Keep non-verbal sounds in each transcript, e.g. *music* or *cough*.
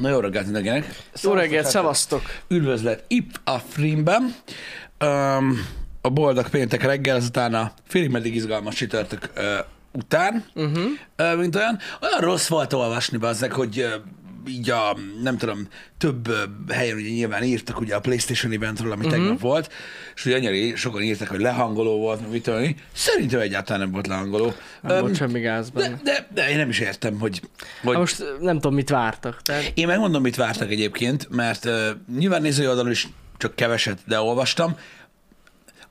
Na jó reggelt mindenkinek! Jó reggelt, hát- szevasztok! hát- Üdvözlet itt a Frimben. Um, a boldog péntek reggel, ezután a félig meddig izgalmas csütörtök uh, után, Mhm. uh-huh. uh, mint olyan. Olyan rossz volt olvasni bazzeg, hogy uh, így a, nem tudom, több uh, helyen ugye nyilván írtak ugye a Playstation eventről, ami uh-huh. tegnap Mhm. volt, és ugye annyira sokan írtak, hogy lehangoló volt, meg mit tudom én. Szerintem egyáltalán nem volt lehangoló. Nem Öm, volt semmi gáz de, benne. de, de, én nem is értem, hogy, hogy Hát Most nem tudom, mit vártak. Tehát Én megmondom, mit vártak egyébként, mert uh, nyilván nézői oldalon is csak keveset, de olvastam.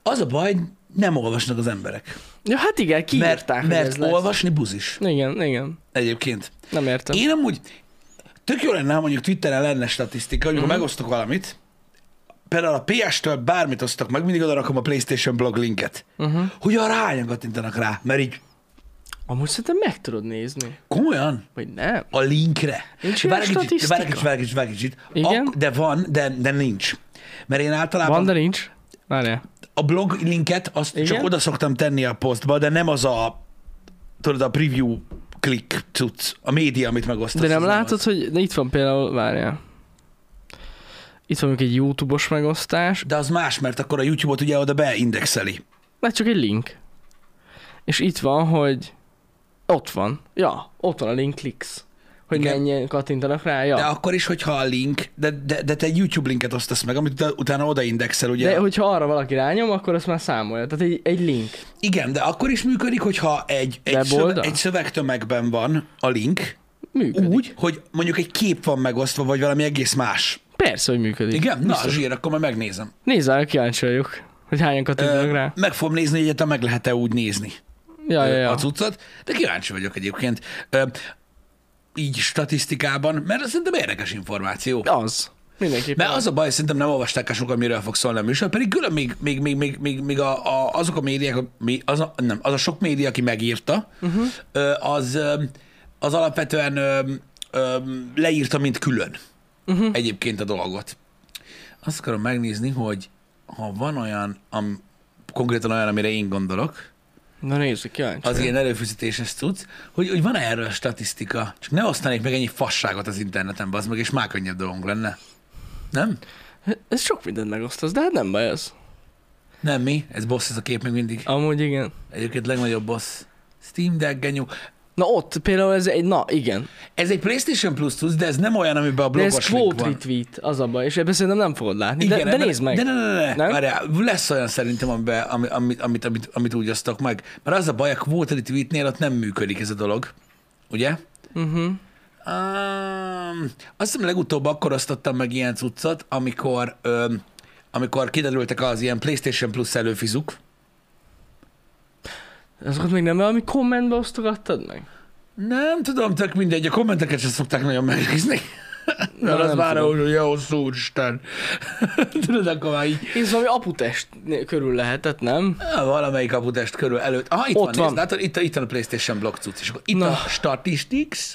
Az a baj, nem olvasnak az emberek. ja, hát igen, Mert, kiírták, hogy mert ez lesz. olvasni buzis Igen, igen. egyébként. Nem értem. Én amúgy, tök jó lenne, ha mondjuk Twitteren lenne statisztika, amikor Mhm. mm-hmm. megosztok valamit, például a PS-től bármit osztok meg, mindig oda rakom a PlayStation blog linket. Mhm. Uh-huh. Hogy arra hányan kattintanak rá, mert így Amúgy szerintem meg tudod nézni, komolyan, vagy nem? a linkre. Nincs Várj egy ilyen kicsit, várj egy kicsit, statisztika? várj egy kicsit, várj egy kicsit. Igen? Ak- de van, de, de nincs. Mert én általában Van, de nincs? Várjál. a blog linket azt Igen? Igen? csak oda szoktam tenni a posztba, de nem az a, tudod, a preview klik cucc, a média, amit megosztasz. De az nem az. látod, hogy de itt van például, várjál. Itt van mondjuk egy YouTube-os megosztás, De az más, mert akkor a YouTube-ot ugye oda beindexeli. mert csak egy link. És itt van, hogy ott van. Ja, ott van a link clicks. Hogy Igen. menjen, kattintanak rá, ja. De akkor is, hogyha a link, de, de, de te egy YouTube linket osztasz meg, amit uta- utána odaindexel, ugye? De hogyha arra valaki rányom, akkor azt már számolja. Tehát egy, egy link. Igen, de akkor is működik, hogyha egy, egy, szöve, Weboldal? egy szövegtömegben van a link, Működik. úgy, hogy mondjuk egy kép van megosztva, vagy valami egész más. Persze, hogy működik. Igen? Na, Biztos. zsír, akkor majd megnézem. Nézd rá, kíváncsi vagyok, hogy hányan kattintanak Ö, rá. meg fogom nézni, hogy egyáltalán meg lehet-e úgy nézni. Ja, ja, ö, ja. a cuccot, de kíváncsi vagyok egyébként ö, így statisztikában, mert ez szerintem érdekes információ. Az. Mindenképpen. Mert az a baj, szerintem nem olvasták el sokan, miről fog szólni a műsor, pedig külön még, még, még, még, még, még a, a, azok a médiák, a- mi- az a, nem, az a sok média, aki megírta, uh-huh. ö, az, ö, az alapvetően ö, ö, leírta, mint külön uh-huh. egyébként a dolgot. Azt akarom megnézni, hogy ha van olyan, am, konkrétan olyan, amire én gondolok, Na nézzük, kíváncsi. az Az ilyen előfizetéses tudsz, hogy, hogy van erről statisztika? Csak ne osztanék meg ennyi fasságot az interneten, az meg, és már könnyebb dolgunk lenne. Nem? Ez sok mindent megosztasz, de hát nem baj ez. Nem mi? Ez boss ez a kép még mindig. Amúgy igen. Egyébként legnagyobb boss. Steam Deck genyó. Na ott például ez egy, na igen. Ez egy PlayStation Plus tudsz, de ez nem olyan, amiben a De ez blogos link quote van. retweet, az a baj, és ebben szerintem nem fogod látni. Igen, de, de ebben- nézd meg. De ne, ne, ne, ne. Nem? Várjál, lesz olyan szerintem, amiben, ami, amit, amit, amit, amit úgy osztok meg. Mert az a baj, a quote retweetnél ott nem működik ez a dolog. Ugye? Uh-huh. Um, azt hiszem legutóbb akkor osztottam meg ilyen cuccot, amikor, öm, amikor kiderültek az ilyen PlayStation Plus előfizuk. Azokat még nem valami kommentbe osztogattad meg? Nem tudom, tök mindegy, a kommenteket sem szokták nagyon megnézni. Mert az nem már tudom. úgy, hogy jó szó, Isten. *laughs* Tudod, akkor már így Ez valami aputest körül lehetett, nem? á, valamelyik aputest körül előtt. Aha, itt Ott van, van. van. Nézd, itt, a- itt van a PlayStation blog cucc, és akkor itt Na. a statistics.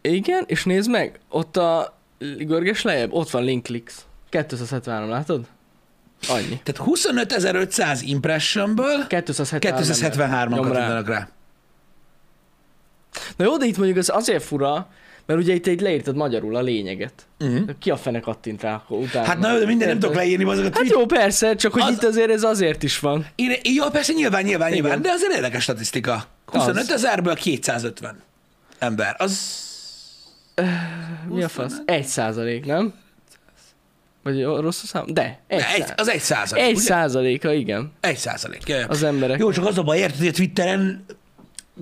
Igen, és nézd meg, ott a görges lejjebb, ott van link clicks. 273, látod? Annyi. Tehát 25.500 impressionből 273. 273-an Nyom rá. kattintanak rá. Na jó, de itt mondjuk ez azért fura, mert ugye itt egy leírtad magyarul a lényeget. Mhm. Ki a fene kattint rá akkor utána? Hát na, jó, de minden nem Érted? tudok leírni azokat. Hát jó, persze, csak hogy Az- az... itt azért ez azért is van. Én, ja, persze, nyilván, nyilván, Igen. nyilván, de azért érdekes statisztika. 25 ezerből 250 ember. Az... Mi a fasz? Egy százalék, nem? Vagy jó, rossz a szám? De, egy, Egy, szá... az egy százalék, egy egy, szá... százaléka, igen, egy százalék. Ja, ja. az emberek. Jó, csak az a baj, érted, hogy a Twitteren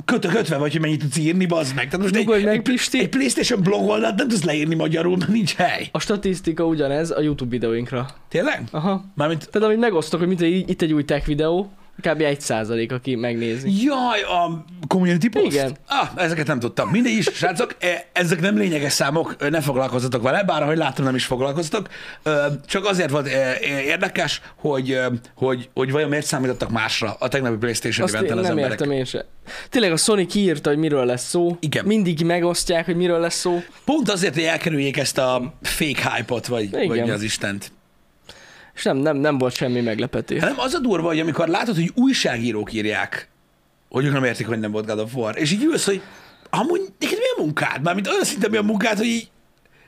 kötök 50 vagy, hogy mennyit tudsz írni, bazd meg. Tehát most egy, Nyugodj meg, egy, Pisti. egy PlayStation blog oldalt nem tudsz leírni magyarul, mert nincs hely. A statisztika ugyanez a YouTube videóinkra. Tényleg? Aha. Mármint, Tehát amit megosztok, hogy mint egy, itt egy új tech videó, kb. egy százalék, aki megnézi. jaj, a community post? Igen. Ah, ezeket nem tudtam. Mindegy is, srácok, e- ezek nem lényeges számok, ö, ne foglalkozzatok vele, bár ahogy látom, nem is foglalkoztok. Ö, Csak azért volt e, e, érdekes, hogy, ö, hogy, hogy vajon miért számítottak másra a tegnapi PlayStation Azt én eventen az nem emberek. értem én se. Tényleg a Sony kiírta, hogy miről lesz szó. Igen. Mindig megosztják, hogy miről lesz szó. Pont azért, hogy elkerüljék ezt a fake hype-ot, vagy, Igen. vagy mi az Istent. És nem, nem, nem volt semmi meglepetés. Hanem az a durva, hogy amikor látod, hogy újságírók írják, hogy ők nem értik, hogy nem volt God of War, és így ülsz, hogy amúgy neked mi a munkád? Mármint olyan szinte mi a munkád, hogy így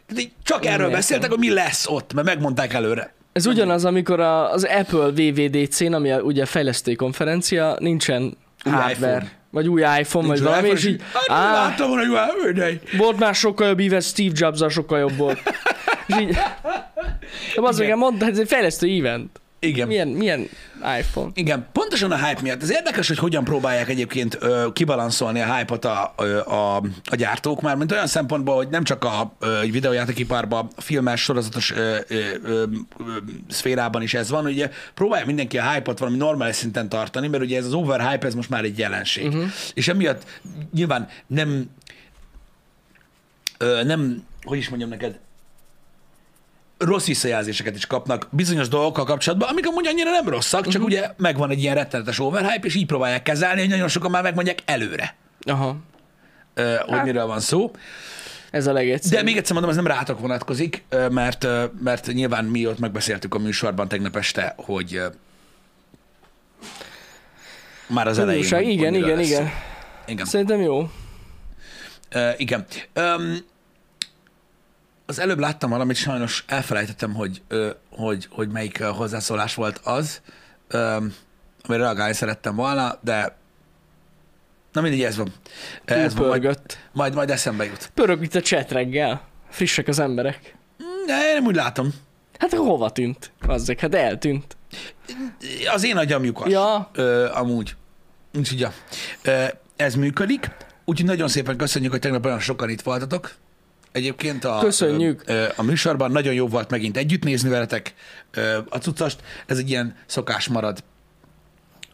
Tehát így csak Én erről értem. beszéltek, hogy mi lesz ott, mert megmondták előre. Ez ugyanaz, amikor a, az Apple VVDC-n, ami a, ugye a fejlesztői konferencia, nincsen Új hardware, iPhone. vagy új iPhone, vagy Nincs valami, iPhone, és így, Hát, á, láttam volna, hogy már mindegy. volt már sokkal jobb ívet, Steve jobs sokkal jobb *laughs* volt. és így, de az igen, mondta, ez egy fejlesztő event. Igen. Milyen, milyen iPhone? Igen, pontosan a hype miatt. Ez érdekes, hogy hogyan próbálják egyébként ö, kibalanszolni a hype-ot a, ö, a, a gyártók már, mint olyan szempontból, hogy nem csak a ö, egy videójátékiparban, a filmes, sorozatos ö, ö, ö, ö, szférában is ez van, ugye próbálja mindenki a hype-ot valami normális szinten tartani, mert ugye ez az overhype, ez most már egy jelenség. Uh-huh. És emiatt nyilván nem, ö, nem, hogy is mondjam neked, rossz visszajelzéseket is kapnak bizonyos dolgokkal kapcsolatban, amik amúgy annyira nem rosszak, csak Mhm. uh-huh. ugye megvan egy ilyen rettenetes overhype, és így próbálják kezelni, hogy nagyon sokan már megmondják előre, Aha, ö, hogy Hát. miről van szó. ez a De legegyszerűbb. még egyszer mondom, ez nem rátok vonatkozik, ö, mert, ö, mert nyilván mi ott megbeszéltük a műsorban tegnap este, hogy ö, már az elején. Tudóság, hogy- hogy igen, miről igen, lesz szó. igen. igen. Szerintem jó. Ö, igen. Öm, az előbb láttam valamit, sajnos elfelejtettem, hogy, ö, hogy, hogy melyik ö, hozzászólás volt az, öm, amire reagálni szerettem volna, de na mindegy, ez van. Ez van majd, Pörgött. majd, majd eszembe jut. Pörög itt a chat reggel. Frissek az emberek. De én nem úgy látom. Hát akkor hova tűnt? Azzek, hát eltűnt. Az én agyam lyukas. Ja. Ö, amúgy. Úgyhogy ja. Ö, ez működik. Úgyhogy nagyon szépen köszönjük, hogy tegnap olyan sokan itt voltatok. Egyébként a, Köszönjük. Ö, ö, a műsorban nagyon jó volt megint együtt nézni veletek ö, a cuccast. Ez egy ilyen szokás marad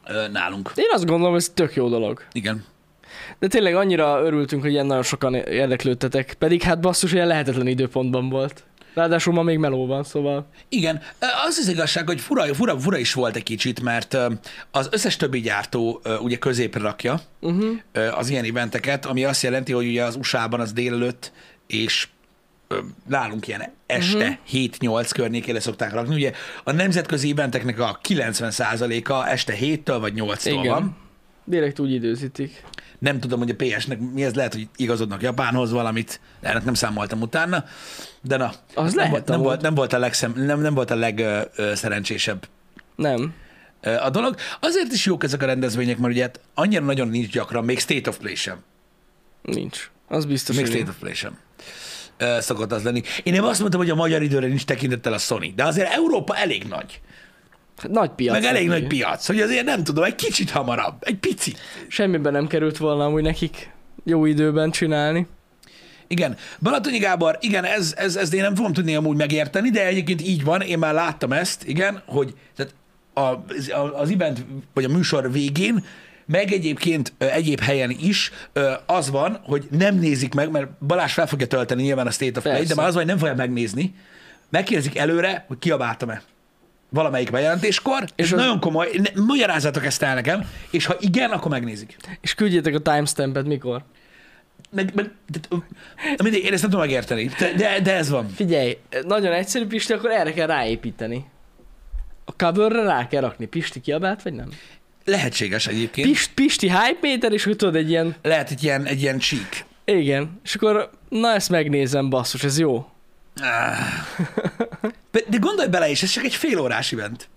ö, nálunk. Én azt gondolom, ez tök jó dolog. Igen. De tényleg annyira örültünk, hogy ilyen nagyon sokan érdeklődtetek. Pedig hát basszus, ilyen lehetetlen időpontban volt. Ráadásul ma még melóban, szóval. Igen, Ö, az az igazság, hogy fura, fura, fura is volt egy kicsit, mert ö, az összes többi gyártó ö, ugye középre rakja Mhm. uh-huh. az ilyen eventeket, ami azt jelenti, hogy ugye az USA-ban az délelőtt, és ö, nálunk ilyen Mhm. este uh-huh. 7-8 környékére szokták rakni. Ugye a nemzetközi eventeknek a 90%-a este 7-től vagy 8-tól Igen. van. Direkt úgy időzítik. Nem tudom, hogy a PS-nek mi ez, lehet, hogy igazodnak Japánhoz valamit, ennek nem számoltam utána, de na. nem, Az lehet volt, nem, amúgy. volt, nem, volt a legszem, nem, nem volt a legszerencsésebb Nem. ö, a dolog. Azért is jók ezek a rendezvények, mert ugye hát annyira nagyon nincs gyakran, még State of Play sem. Nincs. Az biztos, Még hogy State nincs. of Play sem ö, szokott az lenni. Én nem azt mondtam, hogy a magyar időre nincs tekintettel a Sony, de azért Európa elég nagy, Hát Nagy piac. meg elég neki. nagy piac, hogy azért nem tudom, egy kicsit hamarabb, egy pici. Semmiben nem került volna amúgy nekik jó időben csinálni. Igen, Balatonyi Gábor, igen, ez, ez, ez én nem fogom tudni amúgy megérteni, de egyébként így van, én már láttam ezt, igen, hogy tehát a, az- a- az event vagy a műsor végén, meg egyébként ö, egyéb helyen is ö, az van, hogy nem nézik meg, mert Balázs fel fogja tölteni nyilván a State of Play, de Persze. már az van, hogy nem fogja megnézni. Megkérdezik előre, hogy kiabáltam-e valamelyik bejelentéskor, és, És és az- nagyon komoly, ne, magyarázzátok ezt el nekem, és ha igen, akkor megnézik. És küldjétek a timestampet mikor. Meg, meg, tehát, ö, na mindegy, én ezt nem tudom megérteni, de, de, de ez van. Figyelj, nagyon egyszerű Pisti, akkor erre kell ráépíteni. A coverre rá kell rakni. Pisti kiabált, vagy nem? Lehetséges egyébként. Pist. Pist, Pisti hype meter, és hogy tudod, egy ilyen Lehet egy ilyen, egy ilyen csík. Igen, és akkor, na ezt megnézem, basszus, ez jó. Ah. De- De gondolj bele is, ez csak egy fél órás event.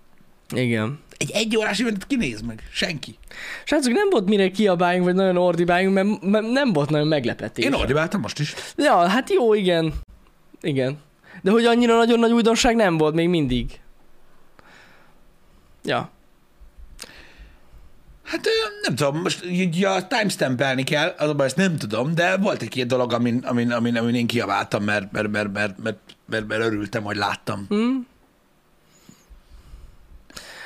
Igen. Egy egy órás eventet kinéz meg? Senki. Srácok, nem volt mire kiabáljunk, vagy nagyon ordibáljunk, mert, mert nem volt nagyon meglepetés. Én ordibáltam most is. Ja, hát jó, igen. Igen. De hogy annyira nagyon nagy újdonság nem volt még mindig. Ja. Hát ö, nem tudom, most így a timestampelni kell, az a baj, ezt nem tudom, de volt egy ilyen dolog, amin, amin, amin, amin én kiabáltam, mert, mert, mert, mert, mert, mert, mert örültem, hogy láttam. Hm.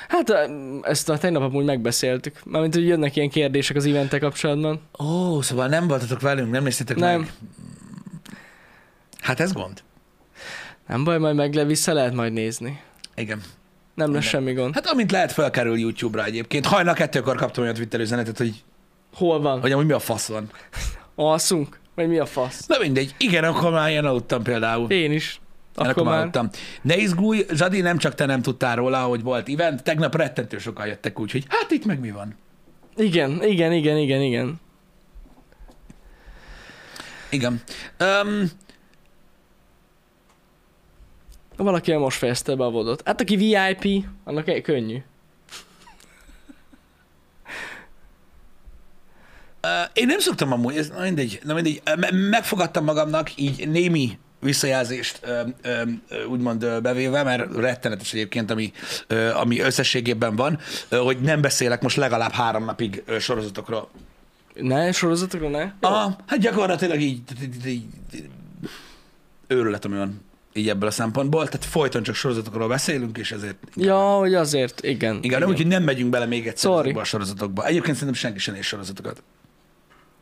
Hát ö, ezt a tegnap amúgy megbeszéltük. Mármint, hogy jönnek ilyen kérdések az eventek kapcsolatban. Ó, oh, szóval nem voltatok velünk, nem néztétek Nem. meg. Hát ez gond. Nem baj, majd meg le vissza lehet majd nézni. Igen. Nem lesz Igen. semmi gond. Hát amint lehet, felkerül YouTube-ra egyébként. Hajnal kettőkor kaptam olyan Twitter üzenetet, hogy, Hol van? hogy amúgy mi a fasz van. Alszunk? Vagy mi a fasz? Na mindegy, igen, akkor már ilyen aludtam például. Én is. Akkor, Akkor már. aludtam. Ne izgulj, Zsadi, nem csak te nem tudtál róla, hogy volt event, tegnap rettentő sokan jöttek úgy, hogy hát itt meg mi van. Igen, igen, igen, igen, igen. Igen. Um, Valaki most fejezte be a vodot. Hát aki VIP, annak e- könnyű. Ö, Én nem szoktam amúgy, ez na mindegy, na mindegy. Ö, me- Megfogadtam magamnak így némi visszajelzést ö, ö, ö, úgymond ö, bevéve, mert rettenetes egyébként, ami, ö, ami összességében van, ö, hogy nem beszélek most legalább három napig ö, sorozatokról. Ne, sorozatokra ne. Aha, hát gyakorlatilag így, így, így, így őrület, ami van így ebből a szempontból, tehát folyton csak sorozatokról beszélünk, és ezért Ja, hogy azért, igen. igen, nem, úgyhogy nem megyünk bele még egyszer Sorry. ezekbe a sorozatokba. Egyébként szerintem senki sem néz sorozatokat.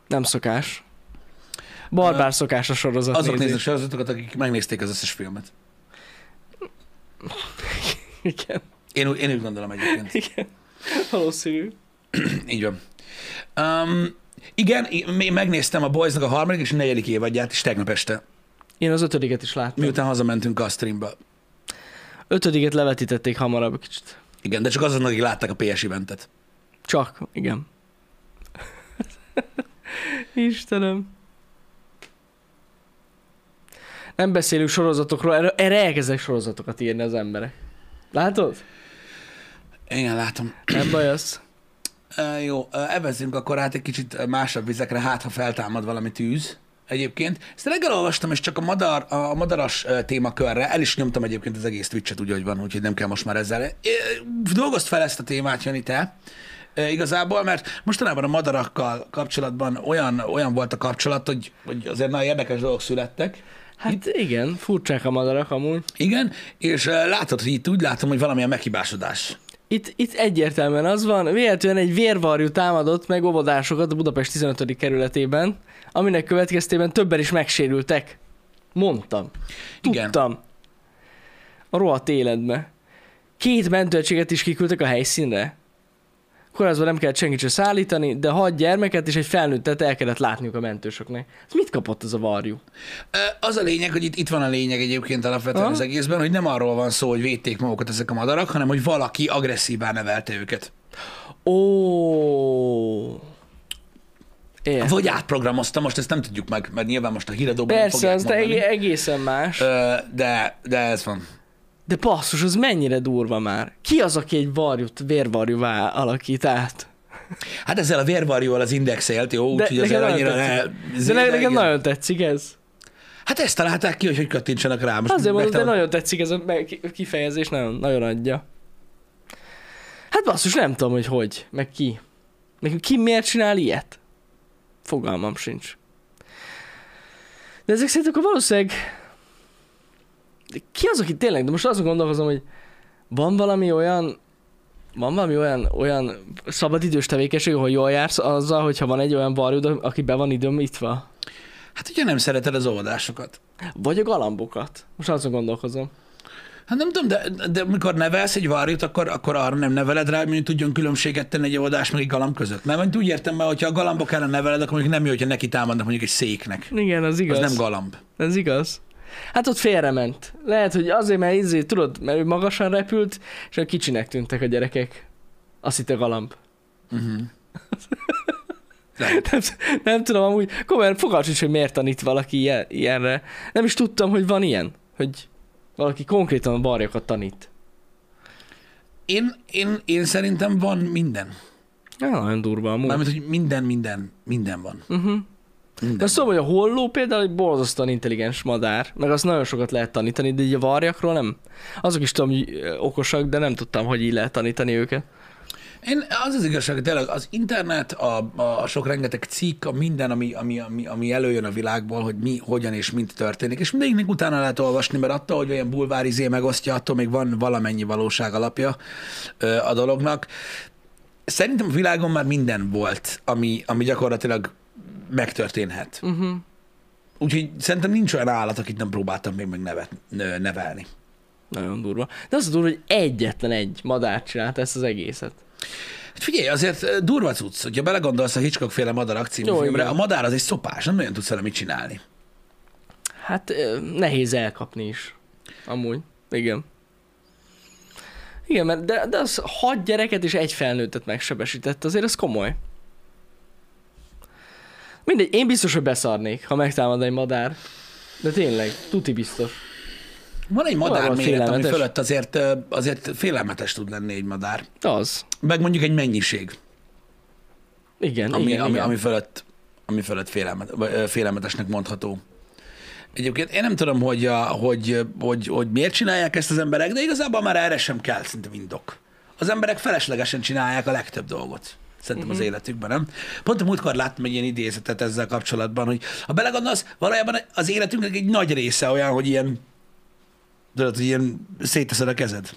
Nem szokás. Barbár szokás a sorozat Azok nézés. néznek sorozatokat, akik megnézték az összes filmet. Igen, Én, úgy- én úgy gondolom *laughs* egyébként. igen. Valószínű. Így van. Um, igen, én én megnéztem a Boysnak a harmadik és negyedik évadját is tegnap este, Én az ötödiket is láttam. miután hazamentünk a streamba. Ötödiket levetítették hamarabb kicsit. Igen, de csak azon, akik látták a PS eventet. Csak, igen. Istenem. Nem beszélünk sorozatokról, erre, erre elkezdek sorozatokat írni az emberek. Látod? Igen, látom. Nem baj az. Uh, jó, uh, evezzünk akkor át egy kicsit ö, másabb vizekre, hát ha feltámad valami tűz egyébként. Ezt reggel olvastam, és csak a, madar, a madaras ö, témakörre, el is nyomtam egyébként az egész Twitch-et úgy, hogy van, úgyhogy nem kell most már ezzel. Ö, Dolgozd fel ezt a témát, Jani, te. Ö, Igazából, mert mostanában a madarakkal kapcsolatban olyan, olyan volt a kapcsolat, hogy, hogy azért nagyon érdekes dolgok születtek. Hát igen, furcsák a madarak amúgy. Igen, és ö, látod, hogy itt úgy látom, hogy valamilyen meghibásodás. Itt, itt egyértelműen az van, véletlenül egy vérvarjú támadott meg óvodásokat a Budapest 15. kerületében, aminek következtében többen is megsérültek. Mondtam. Igen. Tudtam. A rohadt életbe. Két mentőegységet is kiküldtek a helyszínre. Korábban nem kellett senkit se szállítani, de hat gyermeket és egy felnőttet el kellett látniuk a mentősöknek. Hát mit kapott ez a varjú? Ö, Az a lényeg, hogy itt, itt van a lényeg egyébként alapvetően Aha. az egészben, hogy nem arról van szó, hogy védték magukat ezek a madarak, hanem hogy valaki agresszíván nevelte őket. Ó. Értem. Vagy átprogramozta, most ezt nem tudjuk meg, mert nyilván most a híradóban nem Persze, fogják az de mondani. eg- egészen más. Ö, de, de ez van. De basszus, az mennyire durva már. Ki az, aki egy varjút vérvarjúvá alakít át? Hát ezzel a vérvarjóval az index élt, jó, De úgyhogy nekem azért nagyon annyira ne... tetszik. De ne, nekem igen. nagyon tetszik ez. Hát ezt találták ki, hogy hogy kattintsanak rá. Most Azért mondom, de megtalál- nagyon tetszik ez a me- ki- kifejezés, nagyon, nagyon adja. Hát basszus, nem tudom, hogy hogy, meg ki. Meg ki miért csinál ilyet? Fogalmam sincs. De ezek szerint akkor valószínűleg... De ki az, aki tényleg? De most azon gondolkozom, hogy van valami olyan van valami olyan, olyan szabadidős tevékenység, ahol jól jársz azzal, hogyha van egy olyan varjúd, aki be van időmítva? Hát ugye nem szereted az óvodásokat. Vagy a galambokat? Most azon gondolkozom. Hát nem tudom, de, de mikor nevelsz egy varjút, akkor, akkor arra nem neveled rá, hogy tudjon különbséget tenni egy óvodás meg egy galamb között. Nem, mert úgy értem, mert hogyha a galambok ellen neveled, akkor mondjuk nem jó, hogyha neki támadnak mondjuk egy széknek. Igen, az igaz. Az nem galamb. Ez igaz. Hát ott félrement. Lehet, hogy azért, mert izé, tudod, mert ő magasan repült, és a kicsinek tűntek a gyerekek. Azt hitte galamb. *laughs* Uh-huh. Nem, nem tudom, amúgy komolyan fogalmam sincs, hogy miért tanít valaki ilyen, ilyenre. Nem is tudtam, hogy van ilyen, hogy valaki konkrétan barjakat tanít. Én, én, én szerintem van minden. Ja, nagyon durva amúgy. Nem, Mármint, hogy minden, minden, minden van. uh-huh. Minden. De azt tudom, szóval, hogy a holló például egy borzasztóan intelligens madár, meg azt nagyon sokat lehet tanítani, de így a varjakról nem. Azok is tudom, hogy ö, okosak, de nem tudtam, hogy így lehet tanítani őket. Én, az az igazság, hogy tényleg az internet, a, a, a sok rengeteg cikk, a minden, ami, ami, ami, ami előjön a világból, hogy mi, hogyan és mint történik, és mindegyiknek utána lehet olvasni, mert attól, hogy olyan bulvárizé megosztja, attól még van valamennyi valóság alapja ö, a dolognak. Szerintem a világon már minden volt, ami, ami gyakorlatilag megtörténhet. Uh-huh. Úgyhogy szerintem nincs olyan állat, akit nem próbáltam még meg nevet, ö, nevelni. Nagyon durva. De az a durva, hogy egyetlen egy madár csinált ezt az egészet. Hát figyelj, azért ö, durva cucc, hogyha belegondolsz a Hitchcock féle madarak című Jó, filmre, igen. a madár az egy szopás, nem nagyon tudsz vele mit csinálni. Hát ö, nehéz elkapni is. Amúgy. Igen. Igen, mert de, de az hat gyereket és egy felnőttet megsebesített, azért ez komoly. Mindegy, én biztos, hogy beszarnék, ha megtámad egy madár. De tényleg, tuti biztos. Van egy madár Valahol méret, ami félelmetes. fölött azért, ö, azért félelmetes tud lenni egy madár. Az. Meg mondjuk egy mennyiség, Igen, ami, igen, ami, igen. ami fölött, ami fölött félelmet, vagy, ö, félelmetesnek mondható. Egyébként én nem tudom, hogy, a, hogy, hogy, hogy miért csinálják ezt az emberek, de igazából már erre sem kell szinte mindok. Az emberek feleslegesen csinálják a legtöbb dolgot. Szerintem Mhm. az életükben, nem? Pont a múltkor láttam egy ilyen idézetet ezzel kapcsolatban, hogy ha belegondolsz, valójában az életünknek egy nagy része olyan, hogy ilyen, tudod, hogy ilyen szétteszed a kezed.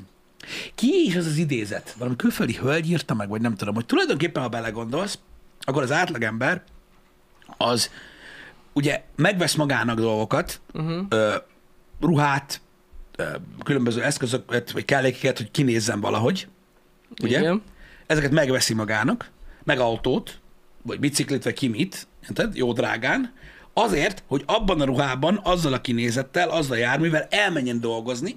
Ki is az az idézet? Valami külföldi hölgy írta meg, vagy nem tudom, hogy tulajdonképpen, ha belegondolsz, akkor az átlagember az ugye megvesz magának dolgokat, uh-huh. ö, ruhát, ö, különböző eszközöket, vagy kellékeket, hogy kinézzen valahogy, ugye? Igen. Ezeket megveszi magának, meg autót, vagy biciklit, vagy ki mit, érted? Jó drágán. Azért, hogy abban a ruhában, azzal a kinézettel, azzal a járművel elmenjen dolgozni,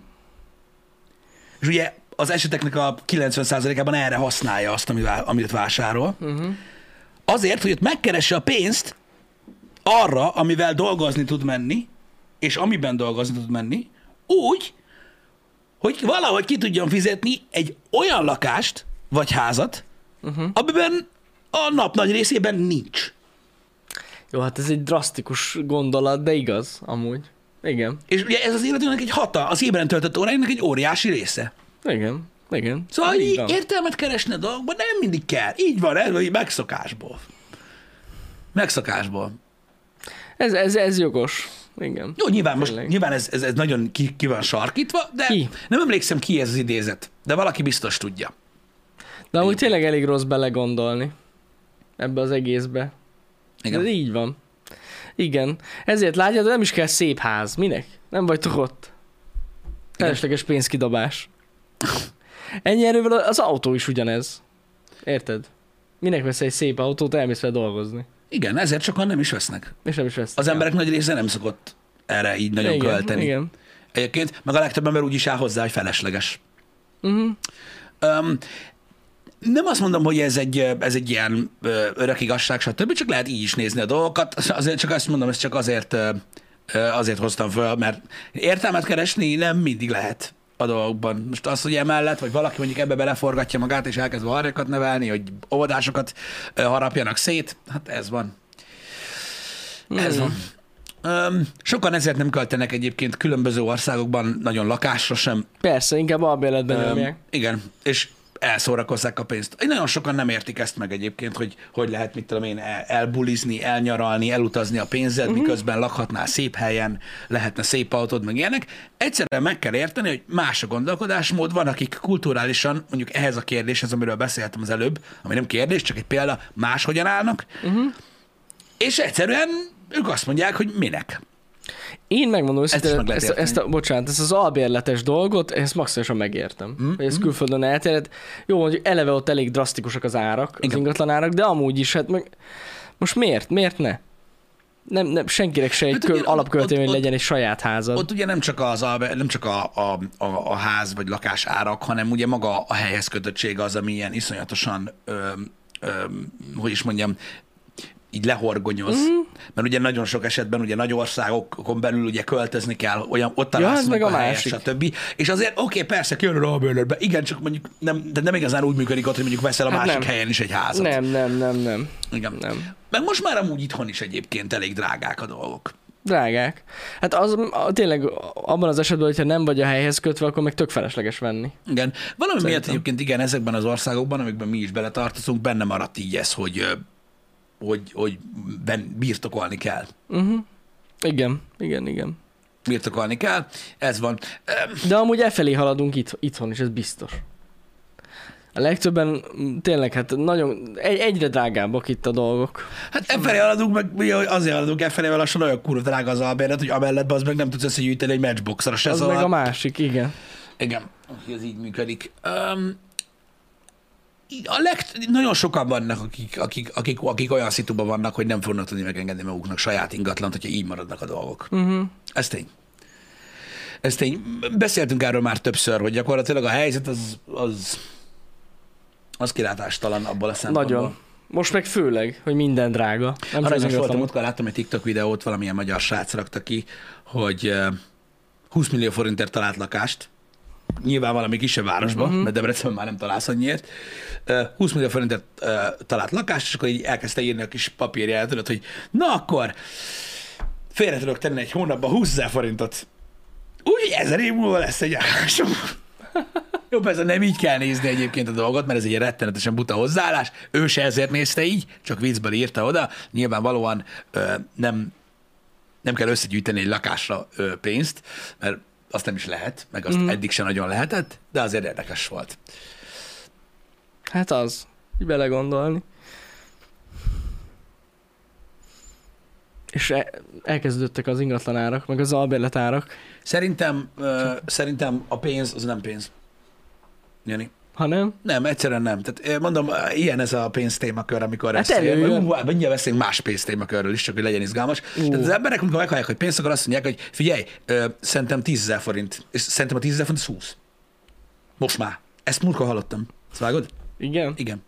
és ugye az eseteknek a 90%-ában erre használja azt, amit, vá- amit vásárol. Uh-huh. Azért, hogy ott megkeresse a pénzt arra, amivel dolgozni tud menni, és amiben dolgozni tud menni, úgy, hogy valahogy ki tudjon fizetni egy olyan lakást, vagy házat, Mhm. uh-huh. amiben a nap nagy részében nincs. Jó, hát ez egy drasztikus gondolat, de igaz, amúgy. Igen, És ugye ez az életünknek egy hata, az ébren töltött óráinknak egy óriási része. igen, igen. Szóval így van. értelmet keresni a dolgokban nem mindig kell. Így van, ez így megszokásból. Megszokásból. ez, ez, ez jogos. Igen. Jó, nyilván most Tényleg. nyilván ez, ez, ez nagyon ki, ki van sarkítva, de Ki? nem emlékszem ki ez az idézet, de valaki biztos tudja. De amúgy tényleg elég rossz belegondolni ebbe az egészbe. Igen. Ez Igen. így van. Igen. Ezért látjátok, nem is kell szép ház. Minek? Nem vagytok ott. Felesleges pénzkidobás. Ennyi erővel az autó is ugyanez. Érted? Minek vesz egy szép autót, elmész fel dolgozni. Igen, ezért sokan nem is vesznek. És nem is vesz. Az emberek nagy része nem szokott erre így nagyon igen, költeni. Igen. Egyébként, meg a legtöbb ember úgy is áll hozzá, hogy felesleges. Uh-huh. Um, nem azt mondom, hogy ez egy, ez egy ilyen ö, örök igazság, stb. Csak lehet így is nézni a dolgokat. Azért csak azt mondom, ezt csak azért, ö, ö, azért hoztam föl, mert értelmet keresni nem mindig lehet a dolgokban. Most az, hogy emellett, vagy valaki mondjuk ebbe beleforgatja magát, és elkezd varjakat nevelni, hogy óvodásokat ö, harapjanak szét, hát ez van. Ez van. Öm, sokan ezért nem költenek egyébként különböző országokban nagyon lakásra sem, Persze, inkább albérletben Öm, nyomják. Igen, és elszórakozzák a pénzt. Én Nagyon sokan nem értik ezt meg egyébként, hogy hogy lehet, mit tudom én, el- elbulizni, elnyaralni, elutazni a pénzed, uh-huh. miközben lakhatnál szép helyen, lehetne szép autód, meg ilyenek. Egyszerűen meg kell érteni, hogy más a gondolkodásmód, van, akik kulturálisan, mondjuk ehhez a kérdéshez, amiről beszéltem az előbb, ami nem kérdés, csak egy példa, máshogyan állnak, uh-huh. és egyszerűen ők azt mondják, hogy minek. Én megmondom, is ezt, meg ezt, lehet ezt, érteni. ezt, a, bocsánat, ezt az albérletes dolgot, ezt maximálisan megértem. Hm? Mm. Hogy ez külföldön elterjedt. Jó, mondjuk eleve ott elég drasztikusak az árak, Igen. az ingatlan árak, de amúgy is, hát meg... Most miért? Miért ne? Nem, nem senkinek se egy Hát hát, köl, ugye, ott- alapköltélmény ott- legyen egy saját házad. Ott ugye nem csak, az, albe- nem csak a, a, a, a ház vagy lakás árak, hanem ugye maga a helyhez kötöttség az, ami ilyen iszonyatosan, öm, öm, hogy is mondjam, így lehorgonyoz. Mhm. Mm. Mert ugye nagyon sok esetben ugye nagy országokon belül ugye költözni kell, olyan, ott Ja, találsz ez meg ja, a a helyet, másik. stb. És azért, oké, persze, kijön a albérletbe, igen, csak mondjuk nem, de nem igazán úgy működik ott, hogy mondjuk veszel a Hát másik nem. helyen is egy házat. nem, nem, nem, nem. Igen. Nem. Meg most már amúgy itthon is egyébként elég drágák a dolgok. Drágák. Hát az a, tényleg abban az esetben, hogyha nem vagy a helyhez kötve, akkor meg tök felesleges venni. Igen. Valami Szerintem. miatt egyébként igen, ezekben az országokban, amikben mi is beletartozunk, benne maradt így ez, hogy, ö, hogy, hogy ben, birtokolni kell. Uh-huh. Igen, igen, igen. Birtokolni kell, ez van. Öm, De amúgy e felé haladunk itt, itthon is, ez biztos. A legtöbben mm, tényleg, hát nagyon, egy, egyre drágábbak itt a dolgok. Hát efelé haladunk, meg mi azért haladunk efelé, mert lassan olyan kurva drága az albérlet, hogy amellett az meg nem tudsz összegyűjteni egy matchboxra se. Ez az szóval- meg a másik, igen. Igen, úgyhogy ez így működik. Um, a legt- nagyon sokan vannak, akik, akik, akik, akik olyan szituban vannak, hogy nem fognak tudni megengedni maguknak saját ingatlant, hogyha így maradnak a dolgok. Uh-huh. Ez tény. Ez tény. Beszéltünk erről már többször, hogy gyakorlatilag a helyzet az, az, az kilátástalan abból a szempontból. Nagyon. Most meg főleg, hogy minden drága. Nem Nem csak az Aranyos volt, ingatlanok. múltkor láttam egy TikTok videót, valamilyen magyar srác rakta ki, hogy, eh, 20 millió forintért talált lakást, nyilván valami kisebb városban, uh-huh. mert Debrecenben már nem találsz annyiért, Ö, 20 millió forintért ö, talált lakást, és akkor így elkezdte írni a kis papírját, tudod, hogy na akkor félre tudok tenni egy hónapban 20 ezer forintot. Úgy ezer év múlva lesz egy állásom. Jó, persze nem így kell nézni egyébként a dolgot, mert ez egy rettenetesen buta hozzáállás. Ő se ezért nézte így, csak viccből írta oda. Nyilvánvalóan ö, nem, nem kell összegyűjteni egy lakásra ö, pénzt, mert azt nem is lehet, meg azt mm. eddig se nagyon lehetett, de azért érdekes volt. Hát az. Így belegondolni. És e- elkezdődtek az ingatlanárak, meg az albérletárak, Szerintem, ö, szerintem a pénz az nem pénz. Jani. hanem Nem, egyszerűen nem. Tehát ö, mondom, ö, ilyen ez a pénz témakör, amikor Hát ezt előjön. Ú, hát mindjárt beszélünk más pénz témakörről is, csak hogy legyen izgalmas. Ú. Tehát az emberek, amikor meghallják, hogy pénzt, akkor azt mondják, hogy figyelj, ö, szerintem 10 ezer forint, és szerintem a 10 ezer forint az 20. Most már. Ezt múltkor hallottam. Ezt vágod? Igen? Igen.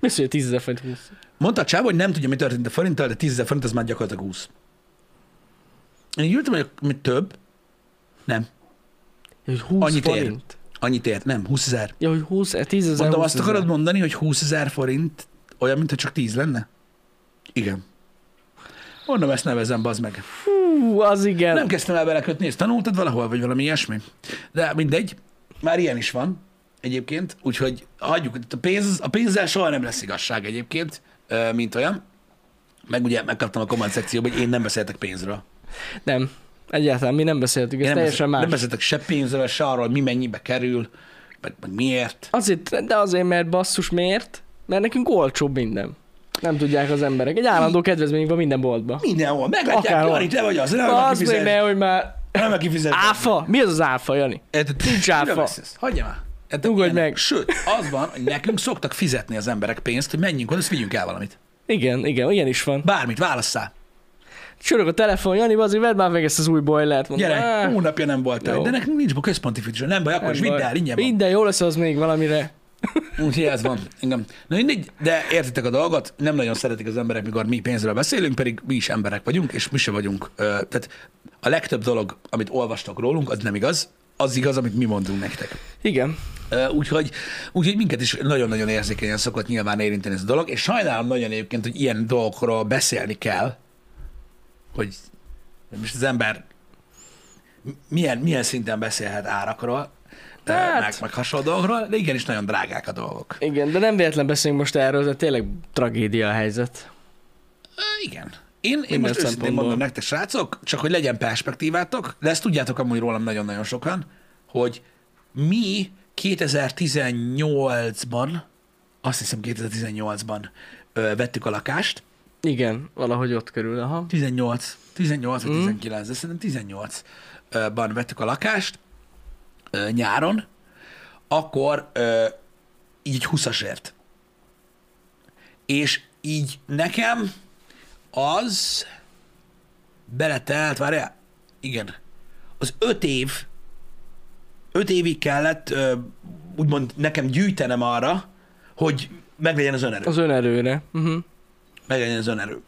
Mi az, hogy a 10 ezer forint 20? Mondta a csávó, hogy nem tudja, mi történt a forinttal, de 10 ezer forint az már gyakorlatilag 20. Én így ültem, hogy mi több? Nem. Ja, hogy 20 Annyit ér. forint? Annyit ért? Nem. 20 ezer. Ja, hogy 20, e- 10 ezer, Mondom, 20 azt akarod mondani, hogy 20 ezer forint olyan, mintha csak 10 lenne? Igen. Mondom, ezt nevezem, bazd meg. Hú, az igen. Nem kezdtem el belekötni, ezt tanultad valahol, vagy valami ilyesmi? De mindegy, már ilyen is van egyébként, úgyhogy hagyjuk, a, pénz, a pénzzel soha nem lesz igazság egyébként, ö, mint olyan. Meg ugye megkaptam a komment szekcióban, hogy én nem beszéltek pénzről. Nem. Egyáltalán mi nem beszéltük, ez Én nem, teljesen beszéltek, más. nem beszéltek se pénzről, se arról, hogy mi mennyibe kerül, meg, meg miért. Azért, de azért, mert basszus miért? Mert nekünk olcsóbb minden. Nem tudják az emberek. Egy állandó kedvezményünk van minden boltban. Mindenhol, megadják, Akárhol. Jani, te vagy az, nem aki Az még, fizet, mert hogy már... nem aki fizet. Áfa? Mi az az áfa, Jani? Érted? Nincs Mire áfa. beszélsz? Hagyja már. Érted? Nyugodj Ilyenek. meg. Sőt, az van, hogy nekünk szoktak fizetni az emberek pénzt, hogy menjünk oda, azt vigyünk el valamit. Igen, igen, ilyen is van. Bármit, válasszál. Csörög a telefon, Jani, azért vedd már meg ezt az új bojlert. Mondom, Gyere, "Áh, hónapja nem volt el. Jó. De nekünk nincs központi fizetés, nem baj, akkor nem is vidd baj. el, ingyen van. Minden jó lesz az még valamire. Úgyhogy ez van. Igen. Na mindegy, de értitek a dolgot, nem nagyon szeretik az emberek, mikor mi pénzről beszélünk, pedig mi is emberek vagyunk, és mi se vagyunk. Ö, tehát a legtöbb dolog, amit olvastak rólunk, az nem igaz, az igaz, amit mi mondunk nektek. Igen. Ö, Úgyhogy, úgyhogy minket is nagyon-nagyon érzékenyen szokott nyilván érinteni ez a dolog, és sajnálom nagyon egyébként, hogy ilyen dolgokról beszélni kell, hogy most az ember mi- milyen, milyen szinten beszélhet árakról, Hát. hát. meg, meg hasonló dolgokról, de igenis nagyon drágák a dolgok. Igen, de nem véletlen beszélünk most erről, de tényleg tragédia a helyzet. Ö, Igen. Én, én Minden most őszintén szempontból. mondom nektek, srácok, csak hogy legyen perspektívátok, de ezt tudjátok amúgy rólam nagyon-nagyon sokan, hogy mi 2018-ban, azt hiszem 2018-ban ö, vettük a lakást, Igen, valahogy ott körül, aha. 18, 18 vagy 19, de szerintem 18-ban vettük a lakást ö, nyáron, akkor ö, így 20-asért. És így nekem az beletelt, várjál, igen, az öt év, öt évig kellett ö, úgymond nekem gyűjtenem arra, hogy meglegyen az önerő Az önerőre. Uh-huh. meglegyen az önerő.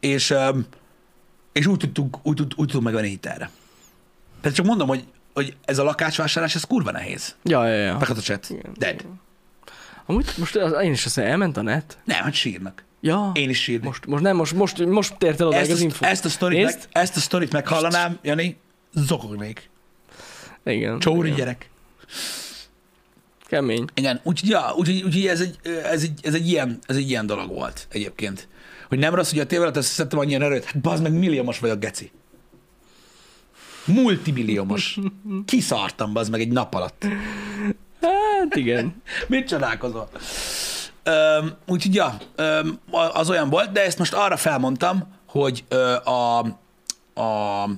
És, öm, és úgy tudtuk, úgy, tud- úgy tudtuk megvenni hitelre. Tehát csak mondom, hogy, hogy ez a lakásvásárlás, ez kurva nehéz. Ja, ja, ja. Megadott a cset. Igen. Dead. Amúgy most az, én is azt mondom, elment a net. Nem, hát sírnak. Ja. Én is sírni. Most, most nem, most, most, most tért el oda meg az Ezt a, info. ezt, a sztorit meg, Nézd? ezt a sztorit meghallanám, Jani, zokognék. Igen. Csóri igen. gyerek. Kemény. Igen, úgyhogy, ja, úgyhogy, úgyhogy ez, egy, ez, egy, ez, egy ilyen, ez egy ilyen dolog volt egyébként. Hogy nem rossz, hogy a tévelet összeszedtem annyian erőt, hát bazd meg milliómos vagy a geci. Multimilliómos. Kiszartam bazd meg egy nap alatt. Hát igen. Mit csodálkozol? Öm, úgyhogy ja, öm, a- az olyan volt, de ezt most arra felmondtam, hogy ö, a, a,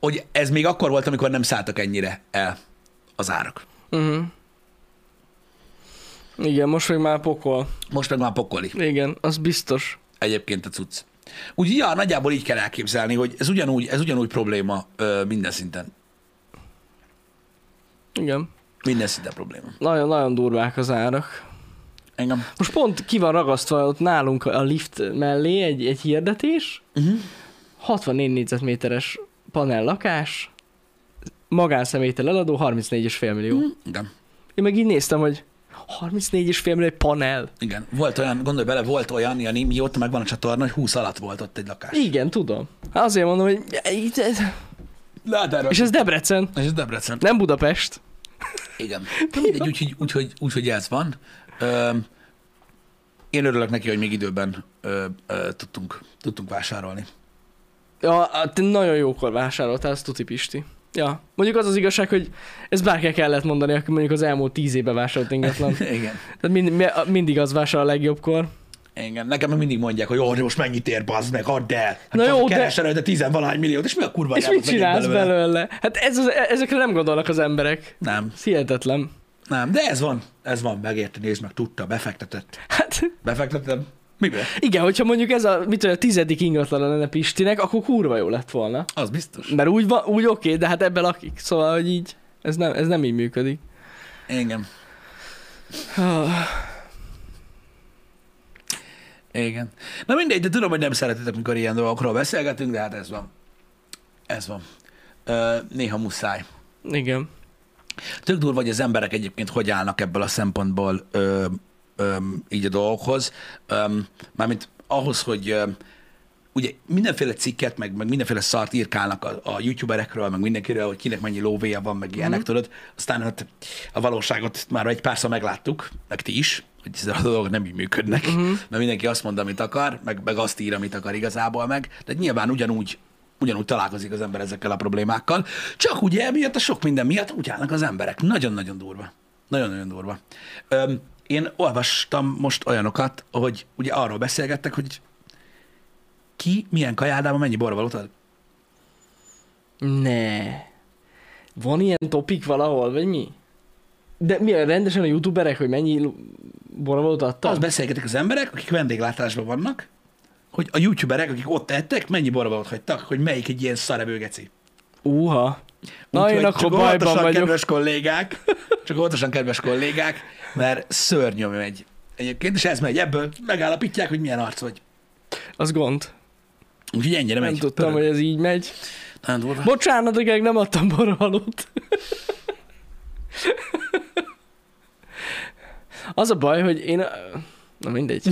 hogy ez még akkor volt, amikor nem szálltak ennyire el az árak. Uh-huh. Igen, most még már pokol. Most meg már pokoli. Igen, az biztos. egyébként a cucc. Úgy, ja, nagyjából így kell elképzelni, hogy ez ugyanúgy, ez ugyanúgy probléma ö, minden szinten. Igen. Minden szinten probléma. Nagyon-nagyon durvák az árak. Engem. Most pont ki van ragasztva ott Mhm. nálunk a lift mellé egy, egy hirdetés. Uh-huh. 64 négyzetméteres panel lakás, magánszemélytel eladó 34,5 millió. Mm, Igen. Én meg így néztem, hogy 34,5 millió egy panel. Igen. Volt olyan, gondolj bele, volt olyan, Jani, mióta megvan a csatorna, hogy 20 alatt volt ott egy lakás. Igen, tudom. Hát Azért mondom, hogy... Lát hát erről. És ez Debrecen, És ez Debrecen. nem Budapest. Igen. De mindegy, úgyhogy úgy, hogy, úgy, hogy ez van. Öm, én örülök neki, hogy még időben ö, ö, tudtunk, tudtunk vásárolni. Ja, hát te nagyon jókor vásároltál, az tuti Pisti. Ja, mondjuk az az igazság, hogy ez bárki kellett mondani, aki mondjuk az elmúlt tíz évben *laughs* vásárolt ingatlan. Igen. Tehát mind, mi- mindig az vásárol a legjobbkor. Igen. Nekem meg mindig mondják, hogy jó, de most mennyit ér, bazd meg, add el. Hát Na jó, de- keresel de... tizenvalahány milliót, és mi a kurva És anyámat mit vegyek csinálsz belőle? belőle? Hát ez, az- ezekre nem gondolnak az emberek. Nem, Ez hihetetlen. nem, de ez van, ez van, megérte, nézd meg, tudta, befektetett. Hát Befektettem? Mibe? igen, hogyha mondjuk ez a, mit tudom, a tizedik ingatlan lenne Pistinek, akkor kurva jó lett volna. Az biztos. Mert úgy, van, úgy oké, de hát ebben lakik. Szóval, hogy így, ez nem, ez nem így működik. Igen. Ah, Igen. Na mindegy, de tudom, hogy nem szeretitek, mikor ilyen dolgokról beszélgetünk, de hát ez van. Ez van. Ö, néha muszáj. Igen. Tök durva, hogy az emberek egyébként hogy állnak ebből a szempontból ö, ö, így a dolgokhoz. Ö, mármint ahhoz, hogy ö, ugye mindenféle cikket, meg, meg mindenféle szart írkálnak a, a youtuberekről, meg mindenkiről, hogy kinek mennyi lóvéja van, meg ilyenek, tudod. Aztán hát a valóságot már egy párszor megláttuk, meg ti is, hogy ezek a dolgok nem így működnek, mert mindenki azt mond, amit akar, meg, meg azt ír, amit akar igazából meg, de hát nyilván ugyanúgy ugyanúgy találkozik az ember ezekkel a problémákkal, csak ugye emiatt a sok minden miatt úgy állnak az emberek. Nagyon-nagyon durva. Nagyon-nagyon durva. Öm, én olvastam most olyanokat, hogy ugye arról beszélgettek, hogy ki milyen kajádában mennyi borvalót ad. Ne. Van ilyen topik valahol, vagy mi? De mi rendesen a youtuberek, hogy mennyi lu- boravalót adtak? Azt beszélgetik az emberek, akik vendéglátásban vannak, hogy a youtuberek, akik ott ettek, mennyi borvalót hagytak, hogy melyik egy ilyen szarevőgeci. Úha. Na én Úgyhogy akkor csak bajban óvatosan, vagyok. kedves kollégák, csak óvatosan, kedves kollégák, mert szörnyű megy. Egyébként, és ez megy, ebből megállapítják, hogy milyen arc vagy. Az gond. Úgyhogy ennyire Nem megy. tudtam, hogy ez így megy. Nagyon durva. Bocsánat, igen, nem adtam boravalót. Az a baj, hogy én... Na mindegy.